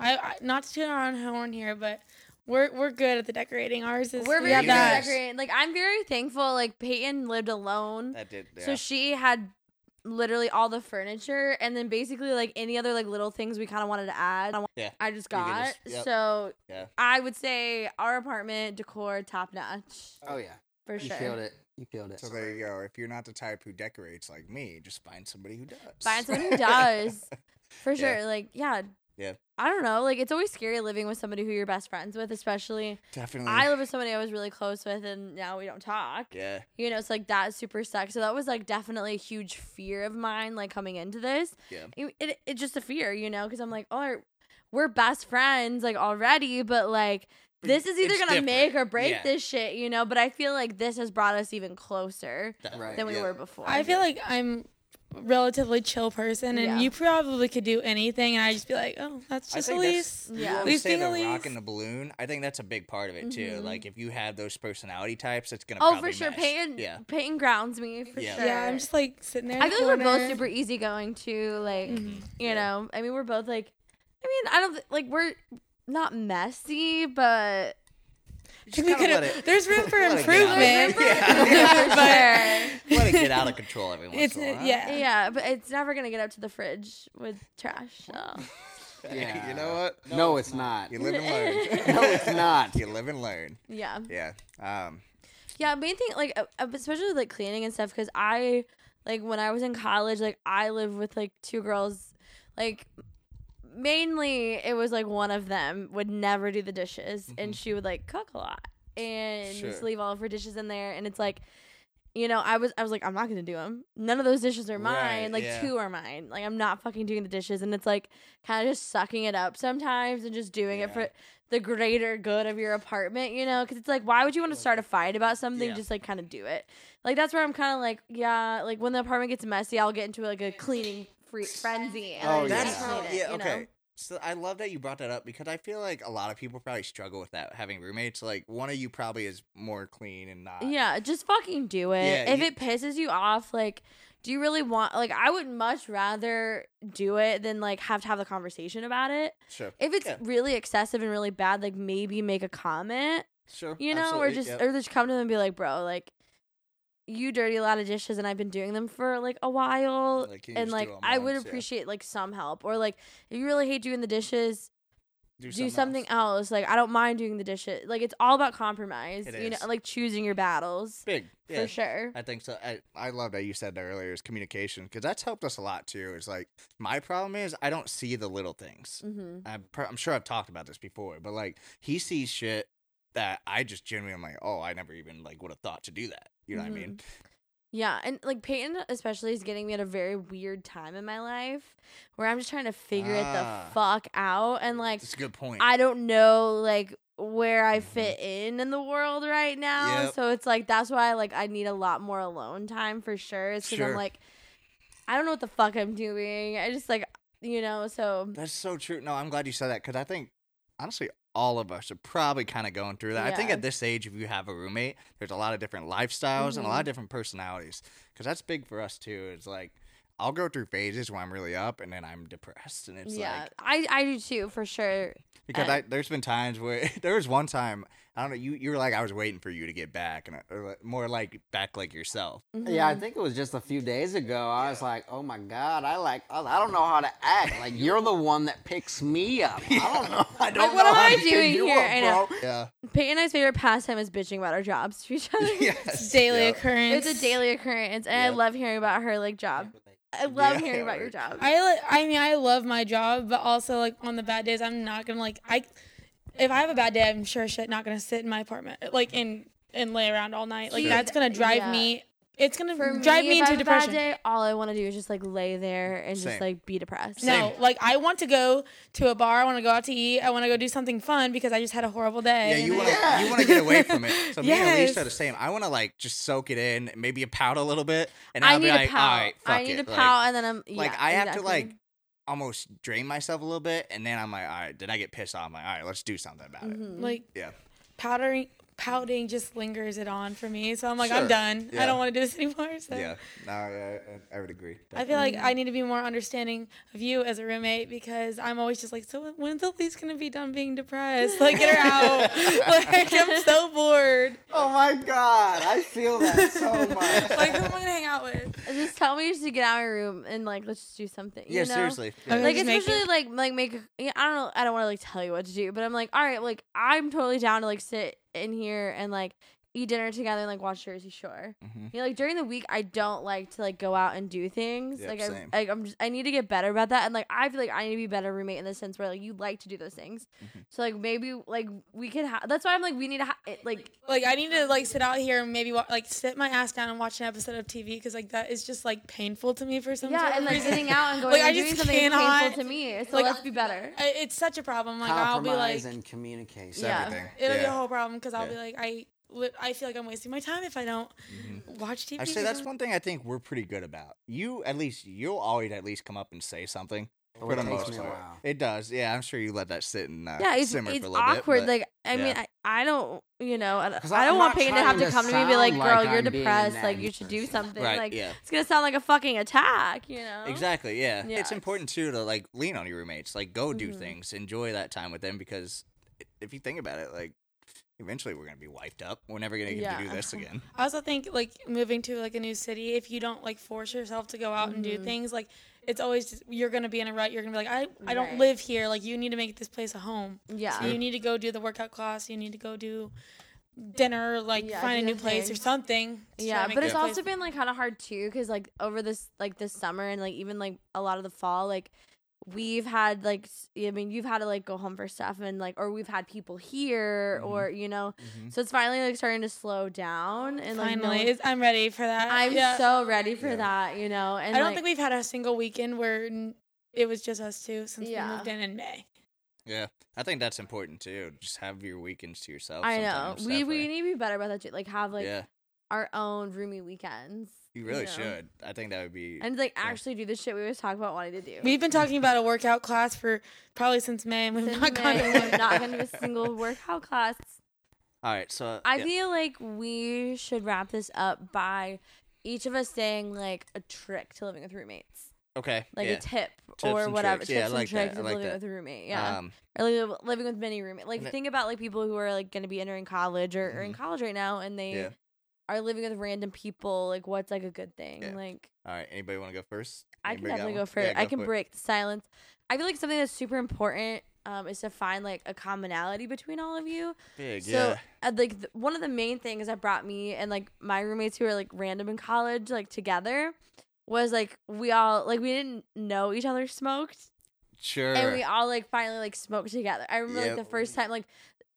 [SPEAKER 3] I, I not to toot our own horn here, but we're we're good at the decorating. Ours is
[SPEAKER 1] We're
[SPEAKER 3] we
[SPEAKER 1] very
[SPEAKER 3] have
[SPEAKER 1] good at
[SPEAKER 3] that.
[SPEAKER 1] decorating. Like I'm very thankful. Like Peyton lived alone,
[SPEAKER 2] That did. Yeah.
[SPEAKER 1] so she had literally all the furniture, and then basically like any other like little things we kind of wanted to add.
[SPEAKER 2] Yeah.
[SPEAKER 1] I just
[SPEAKER 2] You can
[SPEAKER 1] got
[SPEAKER 2] just- yep.
[SPEAKER 1] so.
[SPEAKER 2] Yeah.
[SPEAKER 1] I would say our apartment decor top notch
[SPEAKER 5] Oh yeah,
[SPEAKER 1] for
[SPEAKER 5] you
[SPEAKER 1] sure.
[SPEAKER 5] killed it. You killed it.
[SPEAKER 2] So there you go. If you're not the type who decorates like me, just find somebody who does.
[SPEAKER 1] Find
[SPEAKER 2] <laughs>
[SPEAKER 1] someone who does. For
[SPEAKER 2] Yeah.
[SPEAKER 1] sure. Like, yeah.
[SPEAKER 2] Yeah.
[SPEAKER 1] I don't know. Like, it's always scary living with somebody who you're best friends with, especially.
[SPEAKER 2] Definitely.
[SPEAKER 1] I live with somebody I was really close with, and now we don't talk.
[SPEAKER 2] yeah.
[SPEAKER 1] You know, it's like that super sucks. So that was like definitely a huge fear of mine, like coming into this.
[SPEAKER 2] Yeah.
[SPEAKER 1] It, it- it's just a fear, you know, because I'm like, oh, we're best friends, like already, but like this is either
[SPEAKER 2] It's
[SPEAKER 1] gonna
[SPEAKER 2] different.
[SPEAKER 1] make or break
[SPEAKER 2] Yeah.
[SPEAKER 1] this shit, you know. But I feel like this has brought us even closer
[SPEAKER 5] Right.
[SPEAKER 1] than we
[SPEAKER 2] Uh, yeah.
[SPEAKER 1] were before.
[SPEAKER 3] I feel like I'm a relatively chill person, and
[SPEAKER 1] Yeah.
[SPEAKER 3] you probably could do anything, and I just be like, oh, that's
[SPEAKER 2] I
[SPEAKER 3] just
[SPEAKER 2] think that's-
[SPEAKER 1] <laughs>
[SPEAKER 3] Elise.
[SPEAKER 2] You
[SPEAKER 1] yeah.
[SPEAKER 2] always
[SPEAKER 3] Least
[SPEAKER 2] say
[SPEAKER 3] being
[SPEAKER 2] the
[SPEAKER 3] a least.
[SPEAKER 2] rock and the balloon. I think that's a big part of it too.
[SPEAKER 1] Mhm.
[SPEAKER 2] Like if you have those personality types, it's gonna.
[SPEAKER 1] Oh,
[SPEAKER 2] probably
[SPEAKER 1] for sure.
[SPEAKER 2] mesh.
[SPEAKER 1] Peyton, <laughs>
[SPEAKER 2] Yeah.
[SPEAKER 1] Peyton grounds me for
[SPEAKER 2] Yeah.
[SPEAKER 1] sure.
[SPEAKER 3] Yeah, I'm just like sitting there. in
[SPEAKER 1] I
[SPEAKER 3] the
[SPEAKER 1] feel like we're both
[SPEAKER 3] corner.
[SPEAKER 1] super easygoing too. Like,
[SPEAKER 3] Mhm.
[SPEAKER 1] you know, I mean, we're both like, I mean, I don't th- like we're not messy, but
[SPEAKER 2] You
[SPEAKER 3] think we
[SPEAKER 2] gotta
[SPEAKER 3] could-
[SPEAKER 2] let it-
[SPEAKER 3] There's room for
[SPEAKER 2] <laughs> let it get out of-
[SPEAKER 3] improvement. <laughs>
[SPEAKER 2] Yeah.
[SPEAKER 1] For
[SPEAKER 2] Let it get out of control every once
[SPEAKER 3] It's
[SPEAKER 2] in a while.
[SPEAKER 3] yeah.
[SPEAKER 1] yeah, but it's never gonna get up to the fridge with trash. So.
[SPEAKER 2] Hey,
[SPEAKER 5] Yeah.
[SPEAKER 2] <laughs> you know what?
[SPEAKER 5] No, it's not.
[SPEAKER 2] You live and
[SPEAKER 1] <laughs>
[SPEAKER 2] learn.
[SPEAKER 5] No, it's not.
[SPEAKER 2] You live and learn.
[SPEAKER 1] Yeah.
[SPEAKER 2] Yeah. Um.
[SPEAKER 1] Yeah, main thing like uh, uh, especially like cleaning and stuff because I like when I was in college like I lived with like two girls like mainly it was like one of them would never do the dishes and she would like cook a lot and
[SPEAKER 2] Mm-hmm. Sure.
[SPEAKER 1] just leave all of her dishes in there and it's like you know I was I was like I'm not gonna do them none of those dishes are mine
[SPEAKER 2] Right,
[SPEAKER 1] like
[SPEAKER 2] yeah.
[SPEAKER 1] two are mine like I'm not fucking doing the dishes and it's like kind of just sucking it up sometimes and just doing it
[SPEAKER 2] Yeah.
[SPEAKER 1] for the greater good of your apartment, you know? Because it's like, why would you want to start a fight about something?
[SPEAKER 2] Yeah.
[SPEAKER 1] Just like kind of do it. Like that's where I'm kind of like, yeah. Like when the apartment gets messy, I'll get into like a cleaning free- frenzy. And
[SPEAKER 5] Oh,
[SPEAKER 1] I
[SPEAKER 2] That's
[SPEAKER 1] just
[SPEAKER 5] yeah.
[SPEAKER 2] how.
[SPEAKER 1] clean it,
[SPEAKER 2] Yeah.
[SPEAKER 1] you know?
[SPEAKER 2] Okay. So I love that you brought that up because I feel like a lot of people probably struggle with that having roommates. Like one of you probably is more clean and not.
[SPEAKER 1] Yeah, just fucking do it.
[SPEAKER 2] Yeah,
[SPEAKER 1] if
[SPEAKER 2] you-
[SPEAKER 1] it pisses you off, like, do you really want? Like, I would much rather do it than like have to have the conversation about it.
[SPEAKER 2] Sure.
[SPEAKER 1] If it's
[SPEAKER 2] Yeah.
[SPEAKER 1] really excessive and really bad, like maybe make a comment.
[SPEAKER 2] Sure.
[SPEAKER 1] you know, or
[SPEAKER 2] absolutely,
[SPEAKER 1] just
[SPEAKER 2] yep.
[SPEAKER 1] or just come to them and be like, bro, like you dirty a lot of dishes and I've been doing them for like a while.
[SPEAKER 2] Like, can you
[SPEAKER 1] and
[SPEAKER 2] just
[SPEAKER 1] like
[SPEAKER 2] do it
[SPEAKER 1] I would
[SPEAKER 2] once? Yeah.
[SPEAKER 1] appreciate like some help. Or like if you really hate doing the dishes, do something,
[SPEAKER 2] else.
[SPEAKER 1] else. Like I don't mind doing the dishes. Like it's all about compromise.
[SPEAKER 2] It
[SPEAKER 1] you know,
[SPEAKER 2] is.
[SPEAKER 1] like choosing your battles.
[SPEAKER 2] Big. Yeah.
[SPEAKER 1] For sure.
[SPEAKER 2] I think so. I, I love that you said that earlier is communication because that's helped us a lot too. Is like my problem is I don't see the little things.
[SPEAKER 1] Mm-hmm.
[SPEAKER 2] I'm, pr- I'm sure I've talked about this before, but like he sees shit that I just genuinely am like, oh, I never even like would have thought to do that. You know what I mean?
[SPEAKER 1] Mm-hmm. Yeah, and like Peyton especially is getting me at a very weird time in my life where I'm just trying to figure
[SPEAKER 2] Ah.
[SPEAKER 1] it the fuck out and like
[SPEAKER 2] it's a good point.
[SPEAKER 1] I don't know like where I
[SPEAKER 2] Mhm.
[SPEAKER 1] fit in in the world right now.
[SPEAKER 2] Yep.
[SPEAKER 1] So it's like that's why like I need a lot more alone time for sure. It's 'cause
[SPEAKER 2] Sure.
[SPEAKER 1] I'm like I don't know what the fuck I'm doing. I just like you know so
[SPEAKER 2] That's so true. No, I'm glad you said that because I think honestly, all of us are probably kind of going through that. I think
[SPEAKER 1] Yeah.
[SPEAKER 2] at this age, if you have a roommate, there's a lot of different lifestyles and a lot
[SPEAKER 1] Mhm.
[SPEAKER 2] of different personalities because that's big for us too. It's like I'll go through phases where I'm really up and then I'm depressed, and it's
[SPEAKER 1] yeah
[SPEAKER 2] like
[SPEAKER 1] I I do too for sure.
[SPEAKER 2] because
[SPEAKER 1] I-
[SPEAKER 2] I, there's been times where <laughs> there was one time I don't know you you were like I was waiting for you to get back and I- or like- more like back like yourself.
[SPEAKER 5] Yeah, I
[SPEAKER 1] Mhm.
[SPEAKER 5] think it was just a few days ago. I was like, "Oh my god, I like, I, I don't know how to
[SPEAKER 2] <laughs>
[SPEAKER 5] act. Like, you're the one that picks me up. I don't know. I don't
[SPEAKER 1] Like, what
[SPEAKER 5] know
[SPEAKER 1] am
[SPEAKER 5] how
[SPEAKER 1] I
[SPEAKER 5] to
[SPEAKER 1] doing
[SPEAKER 5] do
[SPEAKER 1] here?
[SPEAKER 5] it,
[SPEAKER 1] I know.
[SPEAKER 5] bro.
[SPEAKER 1] <laughs>
[SPEAKER 2] Yeah, <laughs>
[SPEAKER 1] Peyton and I's favorite pastime is bitching about our jobs to each other.
[SPEAKER 2] yes,
[SPEAKER 3] It's daily
[SPEAKER 2] <laughs> yeah.
[SPEAKER 3] occurrence.
[SPEAKER 1] It's a daily occurrence, and I
[SPEAKER 2] Yep.
[SPEAKER 1] love hearing about her like job. I love
[SPEAKER 2] Yeah,
[SPEAKER 1] hearing about your
[SPEAKER 2] like-
[SPEAKER 1] job.
[SPEAKER 3] I li- I mean I love my job, but also like on the bad days I'm not gonna like I if I have a bad day I'm sure shit not gonna sit in my apartament like and and lay around all night like
[SPEAKER 1] See,
[SPEAKER 3] that's gonna drive
[SPEAKER 1] yeah.
[SPEAKER 3] me. It's gonna
[SPEAKER 1] For
[SPEAKER 3] drive me,
[SPEAKER 1] if I
[SPEAKER 3] into
[SPEAKER 1] have a bad
[SPEAKER 3] depression.
[SPEAKER 1] day, all I want to do is just like lay there and
[SPEAKER 2] Same.
[SPEAKER 1] just like be depressed.
[SPEAKER 3] No, like I want to go to a bar. I want to go out to eat. I want to go do something fun because I just had a horrible day.
[SPEAKER 2] Yeah,
[SPEAKER 3] and
[SPEAKER 2] you
[SPEAKER 3] I-
[SPEAKER 2] want to you want to get away from it. So me and
[SPEAKER 3] Yes.
[SPEAKER 2] Elise are the same. I want to like just soak it in, maybe pout a little bit, and
[SPEAKER 1] I
[SPEAKER 2] I'll
[SPEAKER 1] need
[SPEAKER 2] be
[SPEAKER 1] a
[SPEAKER 2] like,
[SPEAKER 1] pout.
[SPEAKER 2] all right, fuck
[SPEAKER 1] I need
[SPEAKER 2] it.
[SPEAKER 1] a
[SPEAKER 2] Like-
[SPEAKER 1] pout, and then I'm
[SPEAKER 2] Like,
[SPEAKER 1] yeah,
[SPEAKER 2] I have to
[SPEAKER 1] exactly.
[SPEAKER 2] like almost drain myself a little bit, and then I'm like, all right, then I get pissed off. I'm like, all right, let's do something about
[SPEAKER 1] Mm-hmm.
[SPEAKER 2] it.
[SPEAKER 3] like
[SPEAKER 2] Yeah,
[SPEAKER 3] powdering, pouting just lingers it on for me. So I'm like,
[SPEAKER 2] Sure.
[SPEAKER 3] I'm done.
[SPEAKER 2] Yeah.
[SPEAKER 3] I don't want to do this <laughs> anymore. So
[SPEAKER 2] yeah. No, yeah, I, I would agree.
[SPEAKER 3] I feel
[SPEAKER 1] Mm-hmm.
[SPEAKER 3] like I need to be more understanding of you as a roommate because I'm always just like, so when's Elise gonna be done being depressed? Like, get her
[SPEAKER 2] <laughs>
[SPEAKER 3] out. like, I'm so bored.
[SPEAKER 5] Oh my god, I feel that
[SPEAKER 2] <laughs>
[SPEAKER 5] so much.
[SPEAKER 3] Like, who am I gonna hang out with?
[SPEAKER 1] <laughs> just tell me just to get out of my room and like let's just do something. you
[SPEAKER 2] yeah,
[SPEAKER 1] know?
[SPEAKER 2] seriously.
[SPEAKER 3] Okay.
[SPEAKER 1] Like
[SPEAKER 3] Just make
[SPEAKER 1] especially like like make a- yeah, I don't know I don't want to like tell you what to do, but I'm like all right like I'm totally down to like sit in here and like eat dinner together and like watch Jersey Shore.
[SPEAKER 2] Mhm.
[SPEAKER 1] You know, like during the week I don't like to like go out and do things.
[SPEAKER 2] Yep,
[SPEAKER 1] like
[SPEAKER 2] same.
[SPEAKER 1] I like I'm just, I need to get better about that and like I feel like I need to be a better roommate in the sense where like you like to do those things.
[SPEAKER 2] Mm-hmm.
[SPEAKER 1] So like maybe like we could have that's why I'm like we need to ha- it, like
[SPEAKER 3] Like, I need to like sit out here and maybe wa- like sit my ass down and watch an episode of TV because like that is just like painful to me for some
[SPEAKER 1] yeah
[SPEAKER 3] sort
[SPEAKER 1] and
[SPEAKER 3] of
[SPEAKER 1] like
[SPEAKER 3] reason.
[SPEAKER 1] sitting out and going
[SPEAKER 3] Like,
[SPEAKER 1] and
[SPEAKER 3] I
[SPEAKER 1] doing
[SPEAKER 3] just
[SPEAKER 1] something is
[SPEAKER 3] cannot-
[SPEAKER 1] painful to me. So
[SPEAKER 3] like,
[SPEAKER 1] let's be better.
[SPEAKER 3] <laughs> I- it's such a problem. Like I'll be like,
[SPEAKER 5] Compromise and communication.
[SPEAKER 1] Yeah.
[SPEAKER 2] Everything.
[SPEAKER 3] it'll be a
[SPEAKER 2] Yeah.
[SPEAKER 3] whole problem because I'll
[SPEAKER 2] Yeah.
[SPEAKER 3] be like, I, li- I feel like I'm wasting my time if I don't watch TV.
[SPEAKER 2] I mm-hmm. say that's
[SPEAKER 3] because-
[SPEAKER 2] one thing I think we're pretty good about. You at least you'll always at least come up and say something.
[SPEAKER 5] Oh,
[SPEAKER 2] for
[SPEAKER 5] it
[SPEAKER 2] the
[SPEAKER 5] takes
[SPEAKER 2] most
[SPEAKER 5] me a
[SPEAKER 2] part.
[SPEAKER 5] while.
[SPEAKER 2] It does. Yeah, I'm sure you let that sit and uh,
[SPEAKER 1] yeah, it's,
[SPEAKER 2] simmer
[SPEAKER 1] it's
[SPEAKER 2] for a little
[SPEAKER 1] awkward.
[SPEAKER 2] bit. but-
[SPEAKER 1] like, I mean,
[SPEAKER 2] yeah.
[SPEAKER 1] I, I don't, you know, I, don't-
[SPEAKER 5] 'Cause
[SPEAKER 1] I
[SPEAKER 5] I'm
[SPEAKER 1] don't want
[SPEAKER 5] not
[SPEAKER 1] Peyton to have
[SPEAKER 5] trying
[SPEAKER 1] to
[SPEAKER 5] to
[SPEAKER 1] come to me and be like,
[SPEAKER 5] sound
[SPEAKER 1] "Girl,
[SPEAKER 5] like
[SPEAKER 1] you're
[SPEAKER 5] I'm being
[SPEAKER 1] depressed. Like,
[SPEAKER 5] nice
[SPEAKER 1] you should do
[SPEAKER 5] person."
[SPEAKER 1] something."
[SPEAKER 2] Right,
[SPEAKER 1] like,
[SPEAKER 2] yeah.
[SPEAKER 1] it's gonna sound like a fucking attack, you know?
[SPEAKER 2] Exactly. Yeah.
[SPEAKER 1] Yeah,
[SPEAKER 2] it's
[SPEAKER 1] it's- Mm-hmm.
[SPEAKER 2] important too to like lean on your roommates. Like go do things, enjoy that time with them because i- if you think about it, like Eventually, we're gonna be wiped up. We're never gonna get to do
[SPEAKER 1] Yeah. <laughs>
[SPEAKER 2] this again.
[SPEAKER 3] I also think like moving to like a new city, if you don't like force yourself to go out and
[SPEAKER 1] Mm-hmm.
[SPEAKER 3] do things, like it's always just, you're gonna be in a rut. You're gonna be like, I I don't
[SPEAKER 1] Right.
[SPEAKER 3] live here. Like you need to make this place a home.
[SPEAKER 1] Yeah.
[SPEAKER 3] So you need to go do the workout class. You need to go do dinner. Like
[SPEAKER 1] Yeah,
[SPEAKER 3] find a
[SPEAKER 1] do
[SPEAKER 3] new
[SPEAKER 1] the
[SPEAKER 3] place or
[SPEAKER 1] things.
[SPEAKER 3] something. to try
[SPEAKER 1] Yeah,
[SPEAKER 3] to make
[SPEAKER 1] but it's
[SPEAKER 3] this place-
[SPEAKER 1] also been like kind of hard too, because like over this like this summer and like even like a lot of the fall, like we've had like s- I mean you've had to like go home for stuff and like or we've had people here
[SPEAKER 2] Mhm.
[SPEAKER 1] or you know,
[SPEAKER 5] Mm-hmm.
[SPEAKER 2] Mhm.
[SPEAKER 1] so it's finally like starting to slow down and like no
[SPEAKER 3] finally.
[SPEAKER 1] one-
[SPEAKER 3] it's- I'm ready for that.
[SPEAKER 1] I'm
[SPEAKER 3] Yeah.
[SPEAKER 1] so ready for
[SPEAKER 2] Yeah.
[SPEAKER 1] that, you know. And
[SPEAKER 3] I don't
[SPEAKER 1] like,
[SPEAKER 3] think we've had a single weekend where n- it was just us two since we
[SPEAKER 1] Yeah.
[SPEAKER 3] moved in in May.
[SPEAKER 2] Yeah, I think that's important too. Just have your weekends to yourself.
[SPEAKER 1] I know
[SPEAKER 2] sometimes,
[SPEAKER 1] we we
[SPEAKER 2] definitely.
[SPEAKER 1] need to be better about that too. Like have like
[SPEAKER 2] yeah,
[SPEAKER 1] our own roomy weekends.
[SPEAKER 2] you really
[SPEAKER 1] know?
[SPEAKER 2] should. I think that would be.
[SPEAKER 1] And like actually do the shit we always talk about wanting to do.
[SPEAKER 3] We've been talking about a workout class for probably since May, and we've
[SPEAKER 1] Since
[SPEAKER 3] not gone
[SPEAKER 1] May,
[SPEAKER 3] to one.
[SPEAKER 1] we've <laughs> not
[SPEAKER 2] <laughs>
[SPEAKER 1] gone to a single workout class.
[SPEAKER 2] All right, so
[SPEAKER 1] I
[SPEAKER 2] yeah.
[SPEAKER 1] feel like we should wrap this up by each of us saying like a trick to living with roommates,
[SPEAKER 2] okay,
[SPEAKER 1] like
[SPEAKER 2] yeah.
[SPEAKER 1] a tip
[SPEAKER 2] Tips
[SPEAKER 1] or
[SPEAKER 2] and
[SPEAKER 1] whatever.
[SPEAKER 2] tricks. Yeah, I
[SPEAKER 1] Tips
[SPEAKER 2] like
[SPEAKER 1] and
[SPEAKER 2] that.
[SPEAKER 1] tricks
[SPEAKER 2] I
[SPEAKER 1] of
[SPEAKER 2] like
[SPEAKER 1] living
[SPEAKER 2] that.
[SPEAKER 1] with a roommate. Yeah,
[SPEAKER 2] Um,
[SPEAKER 1] or li- living with many roommates. Like
[SPEAKER 2] and it-
[SPEAKER 1] think about like people who are like going to be entering college or are in
[SPEAKER 2] Mhm.
[SPEAKER 1] college right now, and they
[SPEAKER 2] Yeah.
[SPEAKER 1] are living with random people. Like what's like a good thing?
[SPEAKER 2] Yeah.
[SPEAKER 1] Like
[SPEAKER 2] all right, anybody want to go first?
[SPEAKER 1] I can
[SPEAKER 2] Anybody got
[SPEAKER 1] definitely
[SPEAKER 2] one?
[SPEAKER 1] go first.
[SPEAKER 2] Yeah,
[SPEAKER 1] I
[SPEAKER 2] go
[SPEAKER 1] can
[SPEAKER 2] for it.
[SPEAKER 1] break the silence. I feel like something that's super important um, is to find like a commonality between all of you.
[SPEAKER 2] Big,
[SPEAKER 1] So,
[SPEAKER 2] yeah.
[SPEAKER 1] uh, like, th- one of the main things that brought me and like my roommates who are like random in college, like together, was like we all like we didn't know each other smoked,
[SPEAKER 2] Sure.
[SPEAKER 1] and we all like finally like smoked together. I remember
[SPEAKER 2] Yep.
[SPEAKER 1] like the first time like,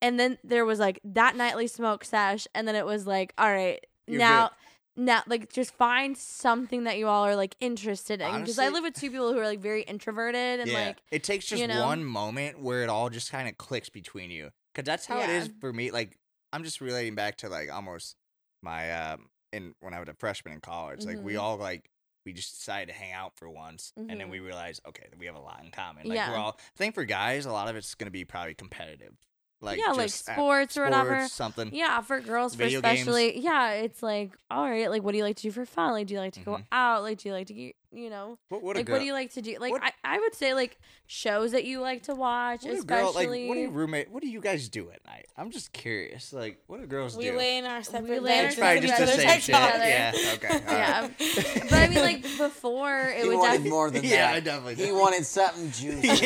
[SPEAKER 1] and then there was like that nightly smoke sesh, and then it was like, all right,
[SPEAKER 2] You're
[SPEAKER 1] now. Now, like, just find something that you all are like interested in. Because I
[SPEAKER 2] Honestly-
[SPEAKER 1] live with two people who are like very introverted and
[SPEAKER 2] yeah.
[SPEAKER 1] like,
[SPEAKER 2] it takes just
[SPEAKER 1] you know?
[SPEAKER 2] one moment where it all just kind of clicks between you. Cause that's how it
[SPEAKER 1] Yeah.
[SPEAKER 2] is for me. Like I'm just relating back to like almost my um in when I was a freshman in college. Like we
[SPEAKER 1] Mhm.
[SPEAKER 2] all like we just decided to hang out for once and then
[SPEAKER 1] Mhm.
[SPEAKER 2] we realized okay we have a lot in common. Like
[SPEAKER 1] Yeah.
[SPEAKER 2] we're all I think for guys a lot of it's gonna be probably competitive. Like
[SPEAKER 1] Yeah, like
[SPEAKER 2] just at
[SPEAKER 1] sports or whatever.
[SPEAKER 2] sports, Something.
[SPEAKER 1] Yeah, for girls, for
[SPEAKER 2] Video games.
[SPEAKER 1] especially. Yeah, it's like, all right, like, what do you like to do for fun? Like, do you like to go
[SPEAKER 2] Mhm.
[SPEAKER 1] out? Like, do you like to, get, you know,
[SPEAKER 2] What would a
[SPEAKER 1] like,
[SPEAKER 2] girl?
[SPEAKER 1] what do you like to do? Like,
[SPEAKER 2] what-
[SPEAKER 1] I, I would say, like, shows that you like to watch,
[SPEAKER 2] what a girl, like,
[SPEAKER 1] especially.
[SPEAKER 2] what do you roommate? What do you guys do at night? I'm just curious. Like, what do girls
[SPEAKER 3] We
[SPEAKER 2] do?
[SPEAKER 3] lay in our separate
[SPEAKER 1] lay in
[SPEAKER 3] beds
[SPEAKER 1] our
[SPEAKER 2] it's
[SPEAKER 1] separate
[SPEAKER 3] with each
[SPEAKER 2] probably just the
[SPEAKER 1] beds
[SPEAKER 3] other's
[SPEAKER 2] same
[SPEAKER 1] next
[SPEAKER 2] shit.
[SPEAKER 1] to each other.
[SPEAKER 2] Yeah. Okay. all right.
[SPEAKER 1] yeah. but I mean,
[SPEAKER 2] <laughs>
[SPEAKER 1] like, before, it
[SPEAKER 5] He
[SPEAKER 1] would
[SPEAKER 5] wanted
[SPEAKER 1] definitely.
[SPEAKER 5] more than
[SPEAKER 2] yeah, I
[SPEAKER 5] that.
[SPEAKER 2] definitely.
[SPEAKER 5] He
[SPEAKER 2] do.
[SPEAKER 5] wanted something
[SPEAKER 2] <laughs>
[SPEAKER 5] juicy.